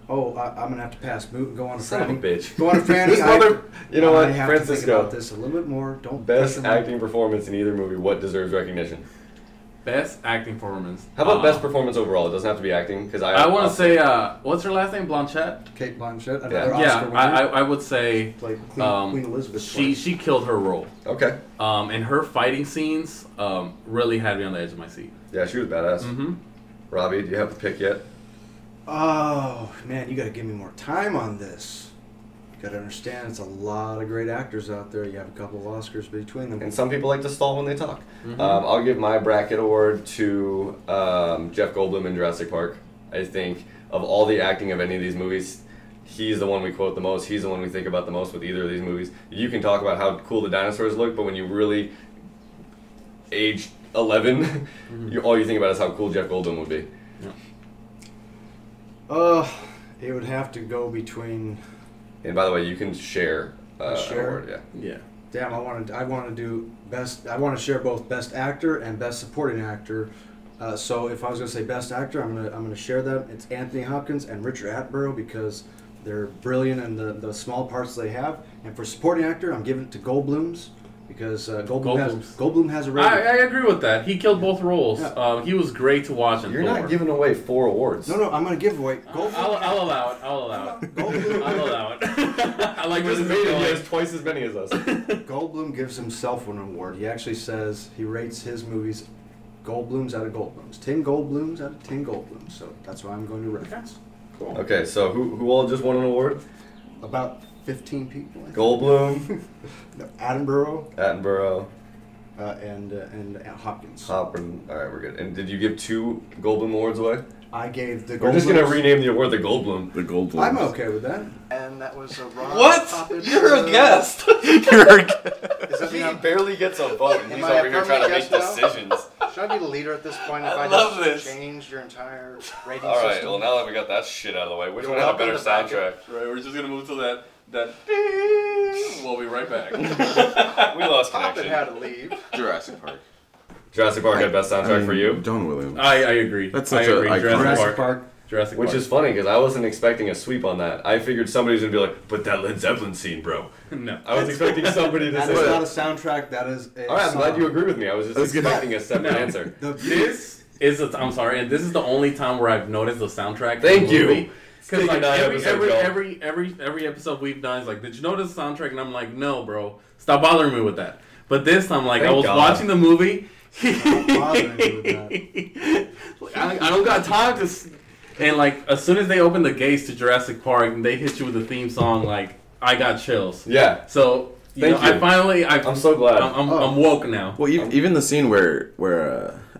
Speaker 1: Oh, I, I'm gonna have to pass. Move, go on to
Speaker 2: Son of a
Speaker 1: Franny.
Speaker 2: bitch.
Speaker 1: Go on to Franny.
Speaker 2: This
Speaker 1: I-
Speaker 2: mother- you know
Speaker 1: I
Speaker 2: what,
Speaker 1: have to think
Speaker 2: Francisco.
Speaker 1: about this a little bit more. Don't
Speaker 2: Best
Speaker 1: pressure me.
Speaker 2: acting performance in either movie. What deserves recognition?
Speaker 4: Best acting performance.
Speaker 2: How about
Speaker 4: Uh,
Speaker 2: best performance overall? It doesn't have to be acting because I
Speaker 4: I want
Speaker 2: I'll-
Speaker 4: to say, uh, what's her last name? Blanchett.
Speaker 1: Kate Blanchett, another
Speaker 2: Yeah.
Speaker 1: Oscar
Speaker 4: yeah,
Speaker 1: winner.
Speaker 4: I, I, I would say
Speaker 1: Played Queen,
Speaker 4: um,
Speaker 1: Queen Elizabeth.
Speaker 4: she
Speaker 1: twice.
Speaker 4: she killed her role,
Speaker 2: okay.
Speaker 4: um, and her fighting scenes um, really had me on the edge of my seat.
Speaker 2: Yeah, she was badass.
Speaker 4: Mm-hmm.
Speaker 2: Robbie, do you have the pick yet?
Speaker 1: Oh man, you got to give me more time on this. You got to understand, it's a lot of great actors out there. You have a couple of Oscars between them.
Speaker 2: And some people like to stall when they talk. Um, I'll give my bracket award to um, Jeff Goldblum in Jurassic Park. I think of all the acting of any of these movies, he's the one we quote the most. He's the one we think about the most with either of these movies. You can talk about how cool the dinosaurs look, but when you really age 11, you, all you think about is how cool Jeff Goldblum would be.
Speaker 1: Uh, it would have to go between.
Speaker 2: And by the way, you can share. Uh, an
Speaker 1: Share?
Speaker 2: award, yeah.
Speaker 4: Yeah.
Speaker 1: Damn, I want to. I want to do best. I want to share both best actor and best supporting actor. Uh, so if I was gonna say best actor, I'm gonna I'm gonna share them. It's Anthony Hopkins and Richard Attenborough because they're brilliant in the, the small parts they have. And for supporting actor, I'm giving it to Goldblum's because uh, Goldblum has
Speaker 4: Goldblum's.
Speaker 1: Goldblum has a rating.
Speaker 4: I, I agree with that. He killed both roles.
Speaker 1: Yeah.
Speaker 4: Um, he was great to watch in
Speaker 5: You're
Speaker 4: Thor.
Speaker 5: not giving away four awards.
Speaker 1: no, no, I'm gonna give away Goldblum.
Speaker 4: Uh, I'll, I'll allow it. I'll allow it.
Speaker 1: Goldblum,
Speaker 4: I'll allow it. I like this
Speaker 2: Just
Speaker 4: video.
Speaker 2: made it, he has twice as many as us.
Speaker 1: Goldblum gives himself an award. He actually says he rates his movies Goldblums out of Goldblums. 10 Goldblums out of 10 Goldblums. So that's why I'm going to reference.
Speaker 2: okay, so who, who all just won an award?
Speaker 1: About 15 people. I think.
Speaker 2: Goldblum,
Speaker 1: No, Attenborough
Speaker 2: Attenborough,
Speaker 1: uh, and, uh, and Hopkins.
Speaker 2: Hopper. All right, we're good. And did you give two Goldblum awards away?
Speaker 1: I gave the
Speaker 2: We're just gonna
Speaker 1: Goldblums-
Speaker 2: rename the award the Goldblum.
Speaker 5: The gold
Speaker 1: I'm okay with that.
Speaker 8: And that was a Ron
Speaker 3: What?
Speaker 8: Poppins,
Speaker 3: You're
Speaker 8: uh,
Speaker 3: a guest. You're a guest.
Speaker 8: Does that mean
Speaker 2: He
Speaker 8: I'm,
Speaker 2: barely gets a vote, and
Speaker 8: Am
Speaker 2: he's
Speaker 8: I a
Speaker 2: over here trying to make
Speaker 8: permanent guest now?
Speaker 2: decisions.
Speaker 8: should I be the leader at this point if I,
Speaker 3: love
Speaker 8: just
Speaker 3: this.
Speaker 8: change your entire rating
Speaker 2: All right,
Speaker 8: system?
Speaker 2: well now that we got that shit out of the way, which
Speaker 8: You're
Speaker 2: one had a
Speaker 8: welcome
Speaker 2: better
Speaker 8: to back it.
Speaker 2: soundtrack?
Speaker 3: Right, we're just gonna move to that that. ding. We'll be right back.
Speaker 2: We lost
Speaker 8: Poppin
Speaker 2: connection.
Speaker 8: had to leave.
Speaker 3: Jurassic Park.
Speaker 2: Jurassic Park had best soundtrack for you, Uh,
Speaker 5: John Williams.
Speaker 4: I, I agree.
Speaker 5: That's
Speaker 4: I
Speaker 5: such a
Speaker 4: agree.
Speaker 5: iconic-
Speaker 4: Jurassic,
Speaker 1: Jurassic
Speaker 4: Park.
Speaker 1: Park.
Speaker 4: Jurassic
Speaker 2: which
Speaker 4: Park.
Speaker 2: is funny because I wasn't expecting a sweep on that. I figured somebody was gonna be like, "But that Led Zeppelin scene, bro."
Speaker 4: no.
Speaker 2: I was expecting somebody to
Speaker 1: That
Speaker 2: say
Speaker 1: is not a
Speaker 2: that.
Speaker 1: soundtrack. That is a
Speaker 2: All right, I'm glad
Speaker 1: song.
Speaker 2: you agree with me. I was just
Speaker 5: Let's get back-
Speaker 2: expecting a separate
Speaker 4: No.
Speaker 2: answer.
Speaker 1: The
Speaker 4: This is a, I'm sorry, and this is the only time where I've noticed the soundtrack.
Speaker 2: Thank you.
Speaker 4: Because
Speaker 2: Taking
Speaker 4: like
Speaker 2: nine
Speaker 4: every
Speaker 2: episodes,
Speaker 4: every,
Speaker 2: y'all.
Speaker 4: every every every episode we've done is like, did you notice the soundtrack? And I'm like, no, bro, stop bothering me with that. But this time, like, I
Speaker 2: Thank
Speaker 4: was
Speaker 2: God.
Speaker 4: watching the movie.
Speaker 1: bothering me with
Speaker 4: Like, I, I don't got time to. s- And like, as soon as they opened the gates to Jurassic Park and they hit you with the theme song, like, I got chills.
Speaker 2: Yeah,
Speaker 4: So you
Speaker 2: Thank
Speaker 4: know,
Speaker 2: you.
Speaker 4: I finally, I,
Speaker 2: I'm Oh. so glad.
Speaker 4: I'm, I'm, I'm woke now.
Speaker 5: Well,
Speaker 2: um,
Speaker 5: even, even the scene where where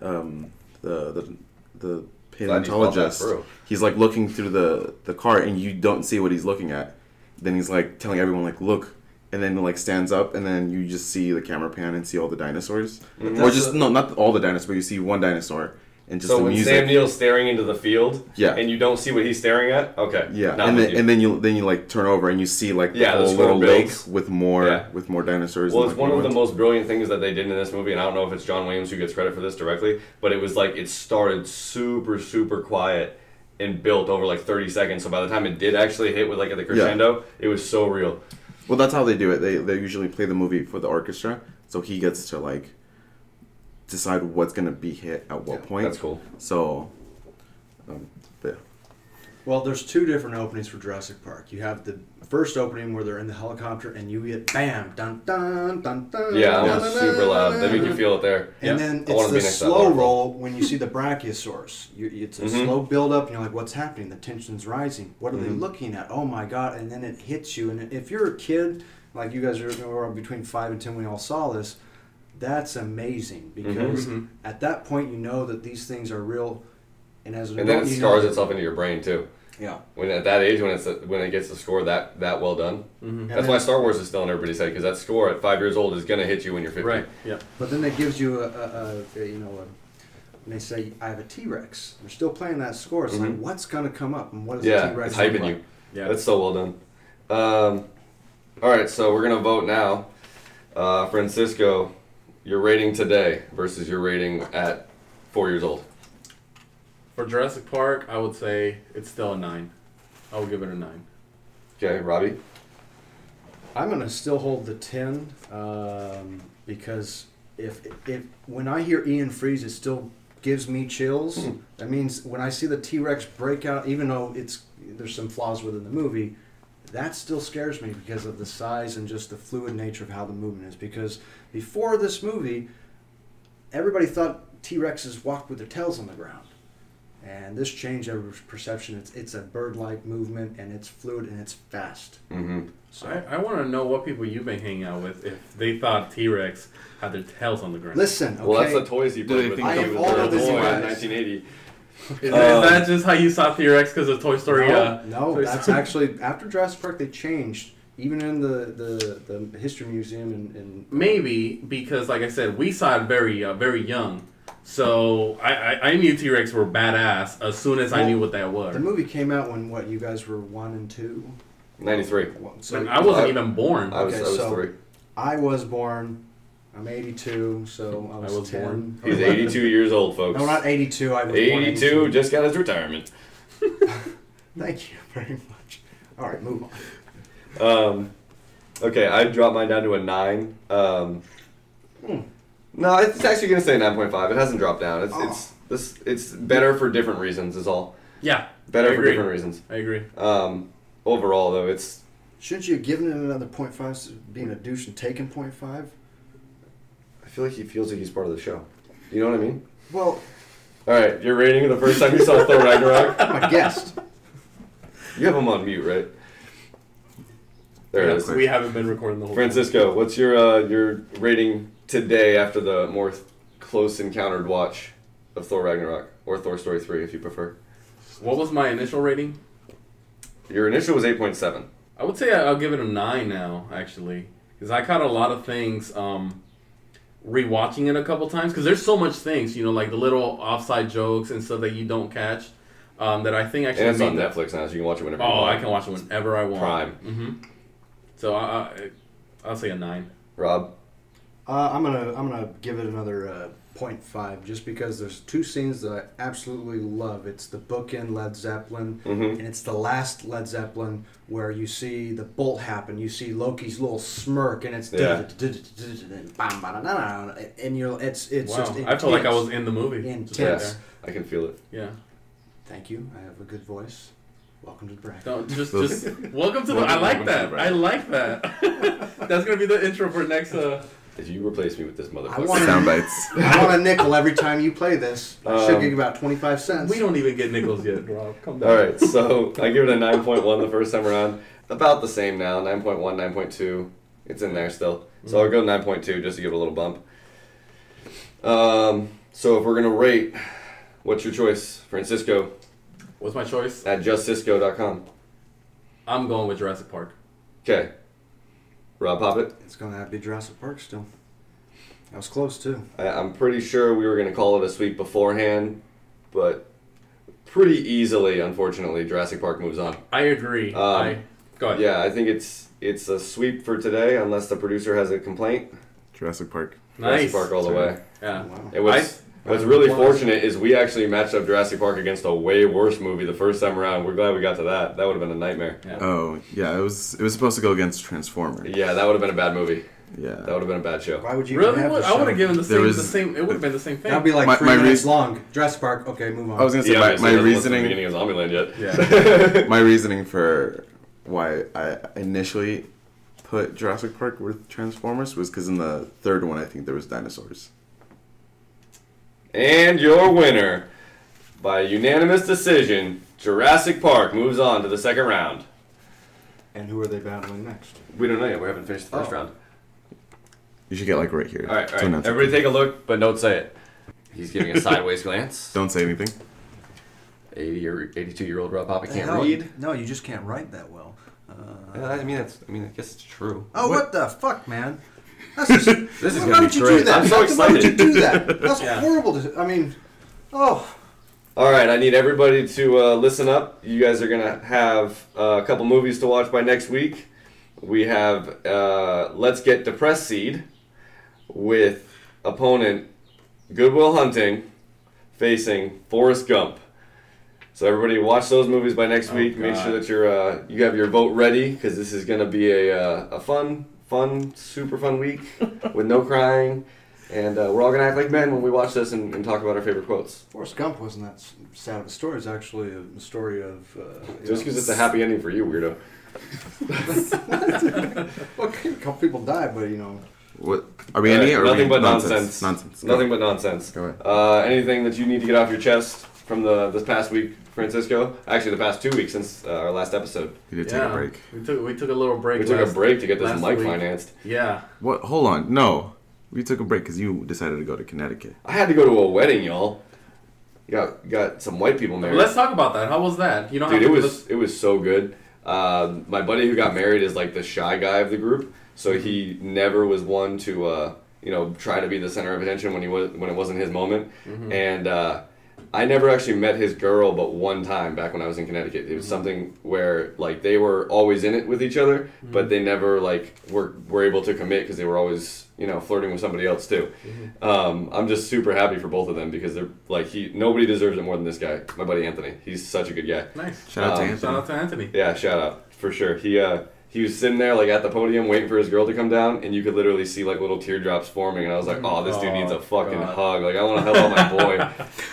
Speaker 5: uh, um, the the the
Speaker 2: Glad you thought that
Speaker 5: paleontologist
Speaker 2: through.
Speaker 5: he's like looking through the the car and you don't see what he's looking at. Then he's like telling everyone like look, and then like stands up and then you just see the camera pan and see all the dinosaurs, or
Speaker 1: that's
Speaker 5: just no not all the dinosaurs, but you see one dinosaur and just
Speaker 2: so
Speaker 5: the
Speaker 2: when
Speaker 5: music.
Speaker 2: Sam Neill's staring into the field,
Speaker 5: Yeah.
Speaker 2: and you don't see what he's staring at, okay,
Speaker 5: yeah,
Speaker 2: not
Speaker 5: and
Speaker 2: with
Speaker 5: then
Speaker 2: you.
Speaker 5: and then you then you like turn over and you see like the
Speaker 2: Yeah, the
Speaker 5: whole little
Speaker 2: squirrel builds.
Speaker 5: lake with more
Speaker 2: Yeah.
Speaker 5: with more dinosaurs.
Speaker 2: Well,
Speaker 5: and,
Speaker 2: it's
Speaker 5: like,
Speaker 2: one of the
Speaker 5: more-
Speaker 2: most brilliant things that they did in this movie, and I don't know if it's John Williams who gets credit for this directly, but it was like it started super, super quiet and built over like 30 seconds. So by the time it did actually hit with like the crescendo, it was so real.
Speaker 5: Well, that's how they do it. They they usually play the movie for the orchestra, so he gets to like decide what's gonna be hit at what point.
Speaker 2: That's cool.
Speaker 5: So, um, but
Speaker 1: Well, there's two different openings for Jurassic Park. You have the first opening where they're in the helicopter and you get bam, dun dun dun dun.
Speaker 2: Yeah, that
Speaker 1: dun,
Speaker 2: was
Speaker 1: dun,
Speaker 2: super
Speaker 1: dun,
Speaker 2: loud. They
Speaker 1: dun.
Speaker 2: make you feel it there.
Speaker 1: And
Speaker 4: Yeah.
Speaker 1: then
Speaker 2: I wanna
Speaker 1: it's
Speaker 2: be
Speaker 1: the
Speaker 2: next to that
Speaker 1: slow
Speaker 2: waterfall. Mm-hmm.
Speaker 1: roll when you see the brachiosaurus. You, it's a slow build up, and you're like, "What's happening? The tension's rising. What are they looking at? Oh my god!" And then it hits you. And if you're a kid, like you guys are were between five and ten when y'all saw this, that's amazing because
Speaker 2: Mm-hmm.
Speaker 1: at that point you know that these things are real. And as an
Speaker 2: And then it
Speaker 1: adult, you
Speaker 2: scars
Speaker 1: know-
Speaker 2: itself into your brain too.
Speaker 1: Yeah.
Speaker 2: When at that age, when it's when it gets the score that that well done, that's why Star Wars is still in everybody's head because that score at five years old is gonna hit you when you're 50.
Speaker 4: Right. Yeah.
Speaker 1: But then that gives you a, a, a, a you know, a, and they say, I have a T Rex. They're still playing that score. It's like, what's going to come up? And what is a T
Speaker 2: Mm-hmm. Yeah,
Speaker 1: Rex?
Speaker 2: it's hyping you.
Speaker 4: Yeah.
Speaker 2: That's so well done. Um, all right, so we're gonna vote now. Uh, Francisco, your rating today versus your rating at four years old.
Speaker 4: For Jurassic Park, I would say it's still a nine. I would give it a nine.
Speaker 2: Okay, Robbie.
Speaker 1: I'm going to still hold the 10 um, because if, if when I hear Ian Freeze, it still gives me chills. That means when I see the T Rex breakout, even though it's there's some flaws within the movie, that still scares me because of the size and just the fluid nature of how the movement is. Because before this movie, everybody thought T Rexes walked with their tails on the ground. And this changed every perception. It's, it's a bird like movement and it's fluid and it's fast.
Speaker 2: Mm-hmm.
Speaker 1: So
Speaker 4: So I, I want to know what people you've been hanging out with if they thought T Rex had their tails on the ground.
Speaker 1: listen, okay.
Speaker 2: Well, that's the toys he
Speaker 5: Do
Speaker 2: played
Speaker 5: they
Speaker 2: with.
Speaker 5: think
Speaker 2: when
Speaker 1: I
Speaker 2: he
Speaker 1: am
Speaker 2: was
Speaker 1: older
Speaker 2: a
Speaker 1: than you
Speaker 2: boy in
Speaker 1: guys?
Speaker 2: 1980.
Speaker 4: Is
Speaker 2: Oh.
Speaker 4: that just how you saw T-Rex because of Toy Story?
Speaker 1: no,
Speaker 4: uh,
Speaker 1: no,
Speaker 4: Toy
Speaker 1: that's
Speaker 4: Story-
Speaker 1: actually after Jurassic Park they changed. Even in the the, the history museum and, and
Speaker 4: Maybe because, like I said, we saw it very, uh, very young. So I, I, I knew T Rex were badass as soon as I
Speaker 1: Well,
Speaker 4: knew what that was.
Speaker 1: the movie came out when what you guys were one and two.
Speaker 2: 93.
Speaker 1: So
Speaker 4: I wasn't
Speaker 2: I-
Speaker 4: even born.
Speaker 2: I was,
Speaker 1: Okay,
Speaker 2: I was
Speaker 1: so-
Speaker 2: three.
Speaker 1: I was born. I'm 82, so I was,
Speaker 4: I was
Speaker 1: 10.
Speaker 4: born.
Speaker 2: He's
Speaker 1: 11.
Speaker 2: 82 years old, folks.
Speaker 1: No, not 82. I was born
Speaker 2: 82, just got his retirement.
Speaker 1: Thank you very much. All right, move on.
Speaker 2: Um, okay, I dropped mine down to a nine. Um, no, it's actually gonna say nine point five. It hasn't dropped down. It's it's this it's better for different reasons. Is all
Speaker 4: yeah,
Speaker 2: better
Speaker 4: I
Speaker 2: for
Speaker 4: agree.
Speaker 2: different reasons.
Speaker 4: I agree.
Speaker 2: Um, overall though, it's
Speaker 1: Shouldn't you have given it another point five, s- being a douche and taking point five?
Speaker 2: I feel like he feels like he's part of the show. You know what I mean?
Speaker 1: Well,
Speaker 2: All right, you're rating the first time you saw Thor Ragnarok.
Speaker 1: I'm a guest.
Speaker 2: You have him on mute, right? There it is.
Speaker 4: We haven't been recording the whole.
Speaker 2: Francisco, what's your uh, your rating today after the more th- close encountered watch of Thor Ragnarok or Thor Story three, if you prefer?
Speaker 4: Time. What was my initial rating?
Speaker 2: Your initial was eight point seven.
Speaker 4: I would say I- I'll give it a nine now, actually, because I caught a lot of things. Um, rewatching it a couple times because there's so much things, you know, like the little offside jokes and stuff that you don't catch. Um, that I think actually
Speaker 2: And it's
Speaker 4: made
Speaker 2: on
Speaker 4: the-
Speaker 2: Netflix now, so you can watch it whenever you
Speaker 4: Oh,
Speaker 2: want.
Speaker 4: I can watch it whenever I want.
Speaker 2: Prime.
Speaker 4: hmm So I, I, I'll say a nine.
Speaker 2: Rob,
Speaker 1: Uh, I'm gonna I'm gonna give it another uh, point five just because there's two scenes that I absolutely love. It's the bookend Led Zeppelin,
Speaker 4: Mm-hmm.
Speaker 1: and it's the last Led Zeppelin where you see the bolt happen. You see Loki's little smirk, and it's
Speaker 2: Yeah.
Speaker 1: and bam, bam, bam, bam, and you're it's it's
Speaker 4: Wow,
Speaker 1: just.
Speaker 4: I felt like I
Speaker 1: intense.
Speaker 4: was in the movie. Just right
Speaker 1: Intense.
Speaker 2: I can feel it.
Speaker 4: there. Yeah.
Speaker 1: Thank you. I have a good voice. Welcome to the bracket.
Speaker 4: Don't just just welcome to the. I
Speaker 3: Welcome,
Speaker 4: like
Speaker 3: welcome to
Speaker 4: that.
Speaker 3: the
Speaker 4: I like that. That's gonna be the intro for next. Uh,
Speaker 2: If you replace me with this motherfucker,
Speaker 1: want-
Speaker 5: Sound bites.
Speaker 1: I want a nickel every time you play this. I should
Speaker 2: Um,
Speaker 1: give you about twenty five cents.
Speaker 4: we don't even get nickels yet, Rob. Come down.
Speaker 2: All right, so I give it a 9.1 the first time around. About the same now, 9.1, 9.2. It's in there still. So I'll go 9.2 just to give it a little bump. Um, so if we're going to rate, what's your choice? Francisco
Speaker 4: What's my choice?
Speaker 2: at justcisco.com.
Speaker 4: I'm going with Jurassic Park.
Speaker 2: Okay. Rob Poppet,
Speaker 1: It's gonna have to be Jurassic Park still. I was close too.
Speaker 2: I, I'm pretty sure we were going to call it a sweep beforehand, but pretty easily, unfortunately, Jurassic Park moves on.
Speaker 4: I agree.
Speaker 2: Um,
Speaker 4: I go ahead.
Speaker 2: Yeah, I think it's it's a sweep for today, unless the producer has a complaint.
Speaker 5: Jurassic Park.
Speaker 4: Nice.
Speaker 2: Jurassic Park all the
Speaker 5: Sorry.
Speaker 2: way.
Speaker 4: Yeah.
Speaker 1: Wow.
Speaker 2: It was. What's really fortunate is we actually matched up Jurassic Park against a way worse movie the first time around. We're glad we got to that. That would have been a nightmare.
Speaker 5: Oh yeah, it was it was supposed to go against Transformer.
Speaker 2: Yeah, that would have been a bad movie. That
Speaker 5: Yeah.
Speaker 2: would have been a bad show.
Speaker 1: Why would you
Speaker 4: Really?
Speaker 1: Even have
Speaker 4: Would-
Speaker 1: the
Speaker 4: I would
Speaker 1: show?
Speaker 4: have given the
Speaker 5: There
Speaker 4: same.
Speaker 5: was-
Speaker 4: the same. It would have been the same thing.
Speaker 1: That'd be like
Speaker 5: My-
Speaker 1: three
Speaker 5: my
Speaker 1: minutes
Speaker 5: reas-
Speaker 1: long. Jurassic Park. Okay, move on.
Speaker 5: I was gonna say
Speaker 2: Yeah,
Speaker 5: my,
Speaker 2: obviously,
Speaker 5: my
Speaker 2: that wasn't the beginning
Speaker 5: reasoning
Speaker 2: of Zombieland yet.
Speaker 5: my reasoning for why I initially put Jurassic Park with Transformers was because in the third one I think there was dinosaurs.
Speaker 2: And your winner, by unanimous decision, Jurassic Park moves on to the second round.
Speaker 1: and who are they battling next?
Speaker 2: We don't know yet. We haven't finished the first round.
Speaker 5: You should get like right here.
Speaker 2: Oh. All right, all
Speaker 5: to
Speaker 2: right.
Speaker 5: announce it.
Speaker 2: Everybody, take a look, but don't say it. He's giving a sideways glance.
Speaker 5: Don't say anything.
Speaker 2: 80 or 82 year old Rob Papa can't
Speaker 1: Hell,
Speaker 2: read.
Speaker 1: No, you just can't write that well. Uh,
Speaker 2: Yeah, I mean, that's. I mean, I guess it's true.
Speaker 1: oh, what? the fuck, man? That's just,
Speaker 2: This is
Speaker 1: why
Speaker 2: gonna
Speaker 1: would
Speaker 2: be
Speaker 1: you do
Speaker 2: great.
Speaker 1: that?
Speaker 2: I'm so
Speaker 1: Why would you
Speaker 2: excited.
Speaker 1: do that? That's
Speaker 4: Yeah.
Speaker 1: horrible. To, I mean, oh,
Speaker 2: All right, I need everybody to uh, listen up. You guys are gonna have uh, a couple movies to watch by next week. We have uh, Let's Get Depressed Seed with opponent Goodwill Hunting facing Forrest Gump. So everybody, watch those movies by next week. Make sure that you're uh, you have your vote ready because this is gonna be a uh, a fun, fun, super fun week with no crying, and uh, we're all gonna act like men when we watch this and, and talk about our favorite quotes.
Speaker 1: Forrest Gump wasn't that s- sad of a story. It's actually a story of. Uh, you
Speaker 2: Just
Speaker 1: know,
Speaker 2: because it's a happy ending for you, weirdo.
Speaker 1: okay, a couple people died, but you know,
Speaker 5: What are we in
Speaker 2: Alright,
Speaker 5: here? or are
Speaker 2: Uh, nothing
Speaker 5: we-
Speaker 2: but
Speaker 5: nonsense.
Speaker 2: nonsense.
Speaker 5: Nonsense.
Speaker 2: Nothing but nonsense.
Speaker 5: Go ahead.
Speaker 2: Uh, anything that you need to get off your chest from the this past week, Francisco? Actually, the past two weeks since uh, our last episode,
Speaker 5: You did take
Speaker 4: yeah.
Speaker 5: a break.
Speaker 4: We took we took a little break.
Speaker 2: we took a
Speaker 4: last-
Speaker 2: break to get this
Speaker 4: last
Speaker 2: mic
Speaker 4: week.
Speaker 2: financed.
Speaker 4: Yeah.
Speaker 5: What? Hold on. No, we took a break because you decided to go to Connecticut.
Speaker 2: I had to go to a wedding, y'all. You got you got some white people married.
Speaker 4: Let's talk about that. How was that? You don't
Speaker 2: Dude,
Speaker 4: have
Speaker 2: it
Speaker 4: to
Speaker 2: was it was so good. Um, my buddy who got married is like the shy guy of the group, so he never was one to uh, you know try to be the center of attention when he was when it wasn't his moment.
Speaker 4: Mm-hmm.
Speaker 2: And uh, I never actually met his girl, but one time back when I was in Connecticut,
Speaker 4: Mm-hmm.
Speaker 2: it was something where like they were always in it with each other,
Speaker 4: Mm-hmm.
Speaker 2: but they never like were were able to commit because they were always you know flirting with somebody else too.
Speaker 4: Mm-hmm.
Speaker 2: Um, I'm just super happy for both of them because they're like he nobody deserves it more than this guy, my buddy Anthony. He's such a good guy.
Speaker 4: nice.
Speaker 7: Shout out to
Speaker 2: Um,
Speaker 7: Anthony.
Speaker 4: Shout out to Anthony.
Speaker 2: Yeah, shout out for sure. He uh, he was sitting there like at the podium waiting for his girl to come down, and you could literally see like little teardrops forming. And I was like, oh, this dude needs a
Speaker 4: Oh,
Speaker 2: fucking
Speaker 4: God.
Speaker 2: hug. Like I want to hug out my boy.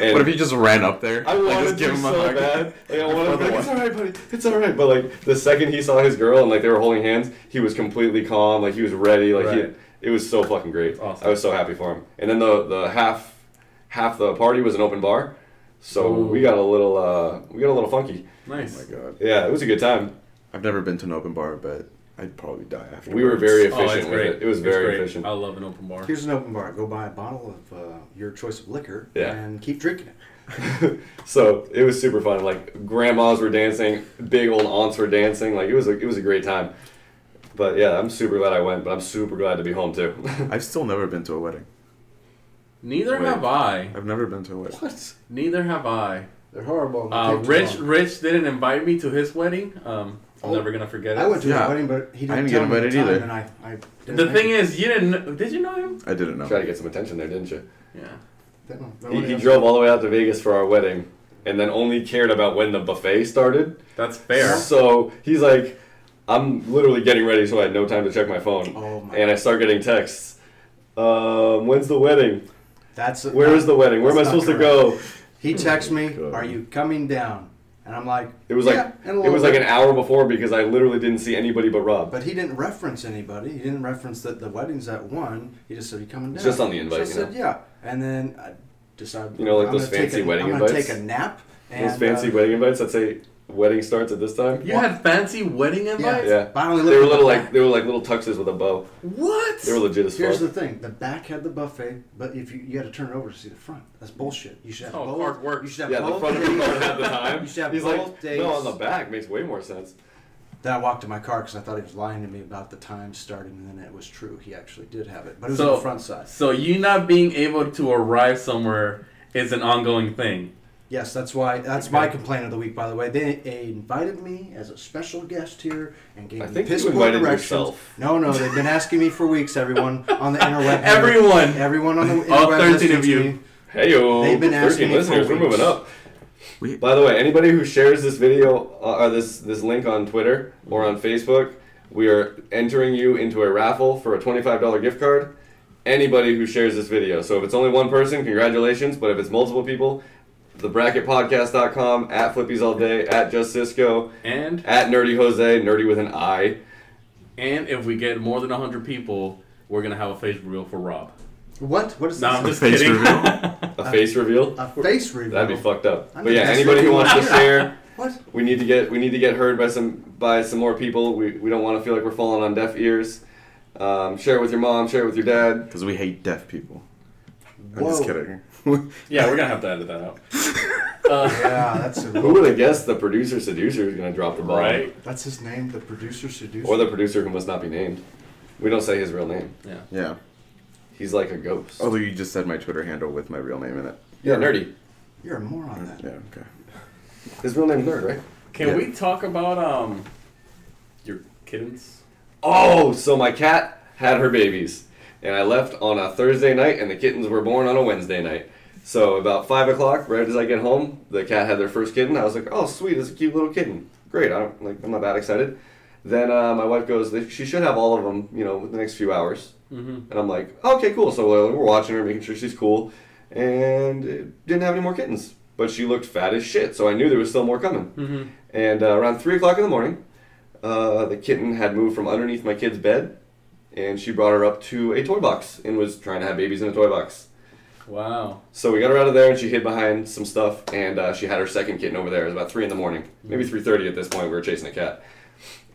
Speaker 2: And
Speaker 7: What if he just ran up there?
Speaker 2: I
Speaker 7: Like,
Speaker 2: wanted
Speaker 7: just give
Speaker 2: to
Speaker 7: him a
Speaker 2: so
Speaker 7: hug.
Speaker 2: bad. Like, I wanted to
Speaker 7: Another
Speaker 2: be like,
Speaker 7: one.
Speaker 2: it's all right, buddy. It's all right. But like the second he saw his girl and like they were holding hands, he was completely calm. Like he was ready. Like
Speaker 4: Right.
Speaker 2: he, it was so fucking great.
Speaker 4: Awesome.
Speaker 2: I was so happy for him. And then the the half half the party was an open bar, so
Speaker 4: Ooh.
Speaker 2: we got a little uh, we got a little funky.
Speaker 4: Nice.
Speaker 5: Oh my god.
Speaker 2: Yeah, it was a good time.
Speaker 5: I've never been to an open bar, but I'd probably die after.
Speaker 2: We were very
Speaker 4: Oh, it's
Speaker 2: efficient with
Speaker 4: great.
Speaker 2: it. It was
Speaker 4: It's
Speaker 2: very
Speaker 4: great.
Speaker 2: efficient.
Speaker 4: I love an open bar.
Speaker 1: Here's an open bar. Go buy a bottle of uh, your choice of liquor
Speaker 2: Yeah.
Speaker 1: and keep drinking it.
Speaker 2: So it was super fun. Like grandmas were dancing, big old aunts were dancing. Like it was a, it was a great time. But yeah, I'm super glad I went. But I'm super glad to be home too.
Speaker 5: I've still never been to a wedding.
Speaker 4: Neither
Speaker 5: Wait.
Speaker 4: have I.
Speaker 5: I've never been to a wedding.
Speaker 2: what?
Speaker 4: Neither have I.
Speaker 1: They're horrible. and they
Speaker 4: Uh,
Speaker 1: take too
Speaker 4: Rich,
Speaker 1: long.
Speaker 4: Rich didn't invite me to his wedding. Um, I'm
Speaker 1: Oh.
Speaker 4: never gonna forget it.
Speaker 1: I went to
Speaker 5: Yeah.
Speaker 1: his wedding, but he didn't,
Speaker 5: I didn't
Speaker 1: tell
Speaker 5: get
Speaker 1: me the
Speaker 5: invited
Speaker 1: time,
Speaker 5: either.
Speaker 1: and I, I didn't
Speaker 4: the thing
Speaker 1: make
Speaker 4: is, you didn't. Know, did you know him?
Speaker 5: I didn't
Speaker 2: Try to
Speaker 5: know.
Speaker 2: get some attention there, didn't you?
Speaker 4: Yeah.
Speaker 1: it. That one- that
Speaker 2: He,
Speaker 1: one
Speaker 2: he
Speaker 1: is-
Speaker 2: drove all the way out to Vegas for our wedding, and then only cared about when the buffet started.
Speaker 4: That's fair.
Speaker 2: So he's like, I'm literally getting ready, so I had no time to check my phone.
Speaker 1: Oh my!
Speaker 2: And I start getting texts. Um, when's the wedding?
Speaker 1: that's
Speaker 2: Where is the wedding? Where am I
Speaker 1: That's not
Speaker 2: supposed to
Speaker 1: correct.
Speaker 2: go?
Speaker 1: He texts me,
Speaker 5: God.
Speaker 1: "Are you coming down?" And I'm like,
Speaker 2: It was like
Speaker 1: "Yeah, in a
Speaker 2: it was
Speaker 1: little
Speaker 2: like
Speaker 1: bit."
Speaker 2: an hour before because I literally didn't see anybody but Rob.
Speaker 1: But he didn't reference anybody. He didn't reference that the wedding's at one. He just said, "You coming down?"
Speaker 2: It's just on the invite,
Speaker 1: So I
Speaker 2: you
Speaker 1: said, "Yeah," and then I decided,
Speaker 2: You know, like
Speaker 1: I'm
Speaker 2: those
Speaker 1: gonna take
Speaker 2: fancy
Speaker 1: a,
Speaker 2: wedding
Speaker 1: I'm
Speaker 2: invites?
Speaker 1: gonna take a nap. And,
Speaker 2: Those fancy
Speaker 1: uh,
Speaker 2: wedding invites that say wedding starts at this time.
Speaker 4: You had fancy wedding invites.
Speaker 2: Yeah.
Speaker 1: But I only
Speaker 2: They
Speaker 1: looked at
Speaker 2: were little
Speaker 1: the
Speaker 2: like
Speaker 1: back.
Speaker 2: they were like little tuxes with a bow.
Speaker 4: What?
Speaker 2: They were legit as
Speaker 1: Here's the
Speaker 2: fuck.
Speaker 1: thing: the back had the buffet, but if you you had to turn it over to see the front, that's bullshit. You should have
Speaker 4: Oh,
Speaker 1: both.
Speaker 4: hard work.
Speaker 1: You should have
Speaker 2: Yeah,
Speaker 1: both.
Speaker 2: the front of the
Speaker 1: days.
Speaker 2: car had the time.
Speaker 1: You should have
Speaker 2: He's
Speaker 1: both
Speaker 2: like,
Speaker 1: days.
Speaker 2: no, on the back makes way more sense.
Speaker 1: Then I walked to my car because I thought he was lying to me about the time starting, and then it was true. He actually did have it, but it was on
Speaker 4: So-
Speaker 1: the front side.
Speaker 4: So you not being able to arrive somewhere is an ongoing thing.
Speaker 1: Yes, that's why. That's my complaint of the week, by the way. They, they invited me as a special guest here and gave
Speaker 2: I
Speaker 1: me
Speaker 2: think
Speaker 1: piss
Speaker 2: you
Speaker 1: poor
Speaker 2: invited
Speaker 1: directions.
Speaker 2: yourself.
Speaker 1: No, no, they've been asking me for weeks. Everyone on the interweb,
Speaker 4: Everyone.
Speaker 1: everyone on the interweb,
Speaker 4: All 13
Speaker 1: listening
Speaker 4: of
Speaker 1: to
Speaker 4: you.
Speaker 1: me.
Speaker 2: Hey yo,
Speaker 1: They've been asking
Speaker 2: thirteen
Speaker 1: me for
Speaker 2: listeners, we're
Speaker 1: weeks.
Speaker 2: moving up.
Speaker 5: We-
Speaker 2: By the way, anybody who shares this video uh, or this this link on Twitter or on Facebook, we are entering you into a raffle for a twenty five dollar gift card. Anybody who shares this video. So if it's only one person, congratulations. But if it's multiple people, thebracketpodcast.com at Flippies All Day at Just Cisco
Speaker 4: And
Speaker 2: at Nerdy Jose Nerdy with an I.
Speaker 4: and if we get more than hundred people, we're gonna have a Facebook reel for Rob.
Speaker 1: What? What is
Speaker 4: No, I'm
Speaker 1: this?
Speaker 4: just
Speaker 5: face
Speaker 4: kidding.
Speaker 5: reveal?
Speaker 1: Uh,
Speaker 2: A face reveal.
Speaker 1: A face reveal.
Speaker 2: That'd be fucked up.
Speaker 1: I'm
Speaker 2: But yeah,
Speaker 1: the best
Speaker 2: anybody who
Speaker 1: looking
Speaker 2: wants to
Speaker 1: one.
Speaker 2: share.
Speaker 1: What?
Speaker 2: We need to get we need to get heard by some by some more people. We, we don't want to feel like we're falling on deaf ears. Um, share it with your mom. Share it with your dad.
Speaker 5: Because we hate deaf people. I'm
Speaker 1: Whoa.
Speaker 5: just kidding.
Speaker 4: yeah, we're gonna have to edit that out. Uh,
Speaker 1: Yeah, that's a,
Speaker 2: Who would have guessed the producer seducer is going to drop the ball,
Speaker 4: right?
Speaker 1: that's his name. The producer seducer.
Speaker 2: Or the producer who must not be named. We don't say his real name.
Speaker 4: Yeah.
Speaker 5: yeah.
Speaker 2: He's like a ghost.
Speaker 1: Oh,
Speaker 5: Although you just said my Twitter handle with my real name in it.
Speaker 2: yeah, nerdy.
Speaker 1: You're a moron. Then.
Speaker 5: Yeah. Okay.
Speaker 2: His real name's Nerd, right?
Speaker 4: Can
Speaker 5: Yeah.
Speaker 4: we talk about um your kittens?
Speaker 2: Oh, so my cat had her babies, and I left on a Thursday night, and the kittens were born on a Wednesday night. So about five o'clock, right as I get home, the cat had their first kitten. I was like, "Oh, sweet, it's a cute little kitten. Great." I don't like. I'm not that excited. Then uh, my wife goes, "They- "She should have all of them, you know, within the next few hours." Mm-hmm. And I'm like, "Okay, cool." So uh, we're watching her, making sure she's cool, and it didn't have any more kittens. But she looked fat as shit, so I knew there was still more coming.
Speaker 4: Mm-hmm.
Speaker 2: And uh, around three o'clock in the morning, uh, the kitten had moved from underneath my kid's bed, and she brought her up to a toy box and was trying to have babies in a toy box.
Speaker 4: Wow.
Speaker 2: So we got her out of there, and she hid behind some stuff, and uh, she had her second kitten over there. It was about three in the morning, maybe three thirty at this point. We were chasing a cat,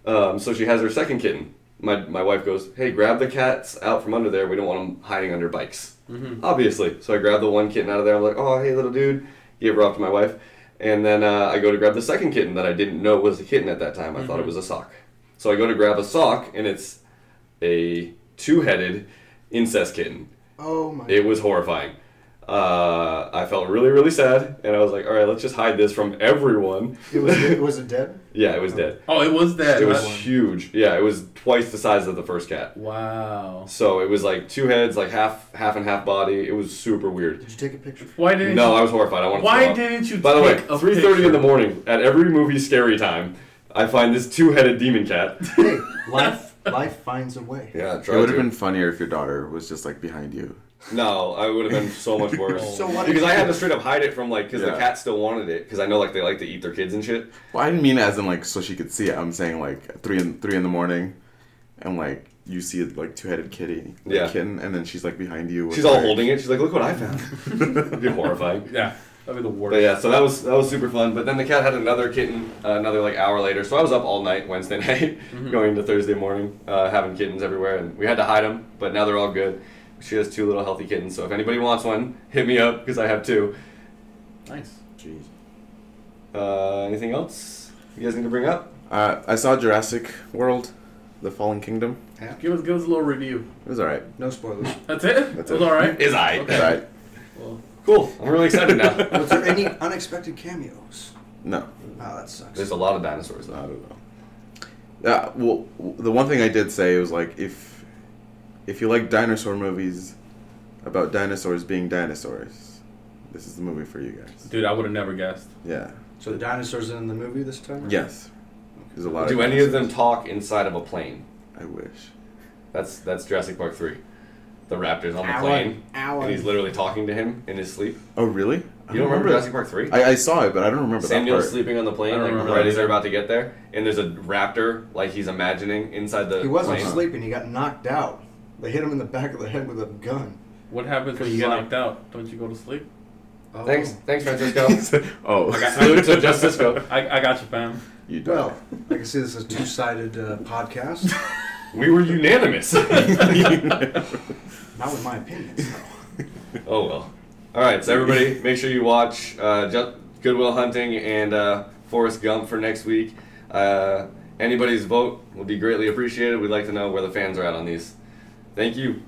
Speaker 2: um, so she has her second kitten. My, my wife goes, hey, grab the cats out from under there. We don't want them hiding under bikes,
Speaker 4: Mhm.
Speaker 2: obviously. So I grab the one kitten out of there. I'm like, oh, hey, little dude. gave her off to my wife. And then uh, I go to grab the second kitten that I didn't know was a kitten at that time. I thought it was a sock. So I go to grab a sock, and it's a two headed incest kitten.
Speaker 8: Oh my.
Speaker 2: It was horrifying. Uh, I felt really, really sad, and I was like, all right, let's just hide this from everyone.
Speaker 9: It was it wasn't dead.
Speaker 2: Yeah, it was dead.
Speaker 4: Oh, it was that.
Speaker 2: It was
Speaker 4: huh?
Speaker 2: huge. Yeah, it was twice the size of the first cat.
Speaker 4: wow.
Speaker 2: So it was like two heads, like half, half and half body. It was super weird.
Speaker 9: Did you take a picture?
Speaker 4: Why didn't?
Speaker 2: No,
Speaker 4: you,
Speaker 2: I was horrified. I wanted to throw
Speaker 4: why
Speaker 2: up.
Speaker 4: didn't you?
Speaker 2: By the way,
Speaker 4: take a
Speaker 2: three thirty in the
Speaker 4: picture?
Speaker 2: morning at every movie scary time, I find this two-headed demon cat.
Speaker 9: Hey, life life finds a way.
Speaker 2: Yeah,
Speaker 5: It would have been funnier if your daughter was just like behind you.
Speaker 2: No, I would have been so much worse.
Speaker 9: So what
Speaker 2: because
Speaker 9: did
Speaker 2: I
Speaker 9: you
Speaker 2: had
Speaker 9: do?
Speaker 2: to straight up hide it from like because the
Speaker 5: Yeah.
Speaker 2: cat still wanted it because I know like they like to eat their kids and shit.
Speaker 5: Well, I didn't mean it as in like so she could see it. I'm saying like three in three in the morning, and like you see like two headed kitty, like,
Speaker 2: Yeah.
Speaker 5: kitten, and then she's like behind you. with,
Speaker 2: She's all
Speaker 5: like-
Speaker 2: holding it. She's like, "Look what I found." It'd be horrifying.
Speaker 4: Yeah, that'd be the worst.
Speaker 2: But yeah, so that was that was super fun. But then the cat had another kitten uh, another like hour later. So I was up all night Wednesday night,
Speaker 4: Mm-hmm.
Speaker 2: going to Thursday morning, uh, having kittens everywhere, and we had to hide them. But now they're all good. She has two little healthy kittens. So if anybody wants one, hit me up because I have two.
Speaker 4: Nice.
Speaker 5: Jeez.
Speaker 2: Uh, anything else you guys need to bring up?
Speaker 5: Uh, I saw Jurassic World, The Fallen Kingdom.
Speaker 4: Give us give us a little review.
Speaker 5: It was alright.
Speaker 1: No spoilers.
Speaker 4: That's it.
Speaker 5: That's
Speaker 4: it was
Speaker 5: it.
Speaker 4: all right.
Speaker 2: Is I
Speaker 5: It was alright.
Speaker 4: Well,
Speaker 2: cool? I'm really excited now.
Speaker 1: Was there any unexpected cameos?
Speaker 5: No,
Speaker 1: Oh, that sucks.
Speaker 2: There's a lot of dinosaurs though.
Speaker 5: I don't know. Yeah, Uh, well, w- the one thing I did say was like if if you like dinosaur movies about dinosaurs being dinosaurs, this is the movie for you guys.
Speaker 4: dude, I would have never guessed.
Speaker 5: Yeah.
Speaker 1: So the dinosaurs in the movie this time?
Speaker 5: Yes. There's a lot.
Speaker 2: Do
Speaker 5: of
Speaker 2: any of
Speaker 5: dinosaurs.
Speaker 2: them talk inside of a plane?
Speaker 5: I wish.
Speaker 2: That's that's Jurassic Park three. The raptors on the plane, and he's literally talking to him in his sleep.
Speaker 5: Oh really?
Speaker 2: You don't remember Jurassic Park three?
Speaker 5: I, I saw it, but I don't remember
Speaker 2: Samuel's
Speaker 5: that part.
Speaker 2: sleeping on the
Speaker 4: I
Speaker 2: plane,
Speaker 4: don't
Speaker 2: like
Speaker 4: remember
Speaker 2: right
Speaker 4: that
Speaker 2: as they're
Speaker 4: either.
Speaker 2: about to get there, and there's a raptor, like he's imagining inside the
Speaker 9: He wasn't
Speaker 2: plane.
Speaker 9: sleeping. He got knocked out. They hit him in the back of the head with a gun.
Speaker 4: What happens when you
Speaker 2: Cause
Speaker 4: get
Speaker 2: like-
Speaker 4: knocked out? Don't you go to sleep?
Speaker 1: Oh.
Speaker 2: Thanks, thanks, Francisco.
Speaker 5: oh,
Speaker 2: Salute to Francisco.
Speaker 4: I, I got you, fam.
Speaker 5: you died.
Speaker 1: Well, I can see this is a two-sided uh, podcast.
Speaker 2: We were unanimous.
Speaker 9: Not with my opinions. though.
Speaker 2: Oh well. All right, so everybody, make sure you watch uh, Ju- Goodwill Hunting and uh, Forrest Gump for next week. Uh, anybody's vote will be greatly appreciated. We'd like to know where the fans are at on these. Thank you.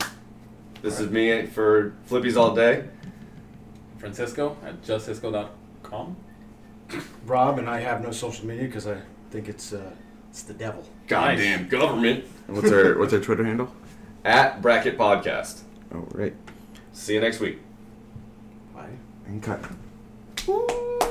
Speaker 2: This is me for Flippies all day.
Speaker 4: Francisco at justcisco.com.
Speaker 1: Rob and I have no social media because I think it's uh, it's the devil.
Speaker 2: Goddamn government
Speaker 5: And what's our what's our Twitter handle?
Speaker 2: at Bracket Podcast.
Speaker 5: Oh right.
Speaker 2: See you next week.
Speaker 1: Bye.
Speaker 5: And cut.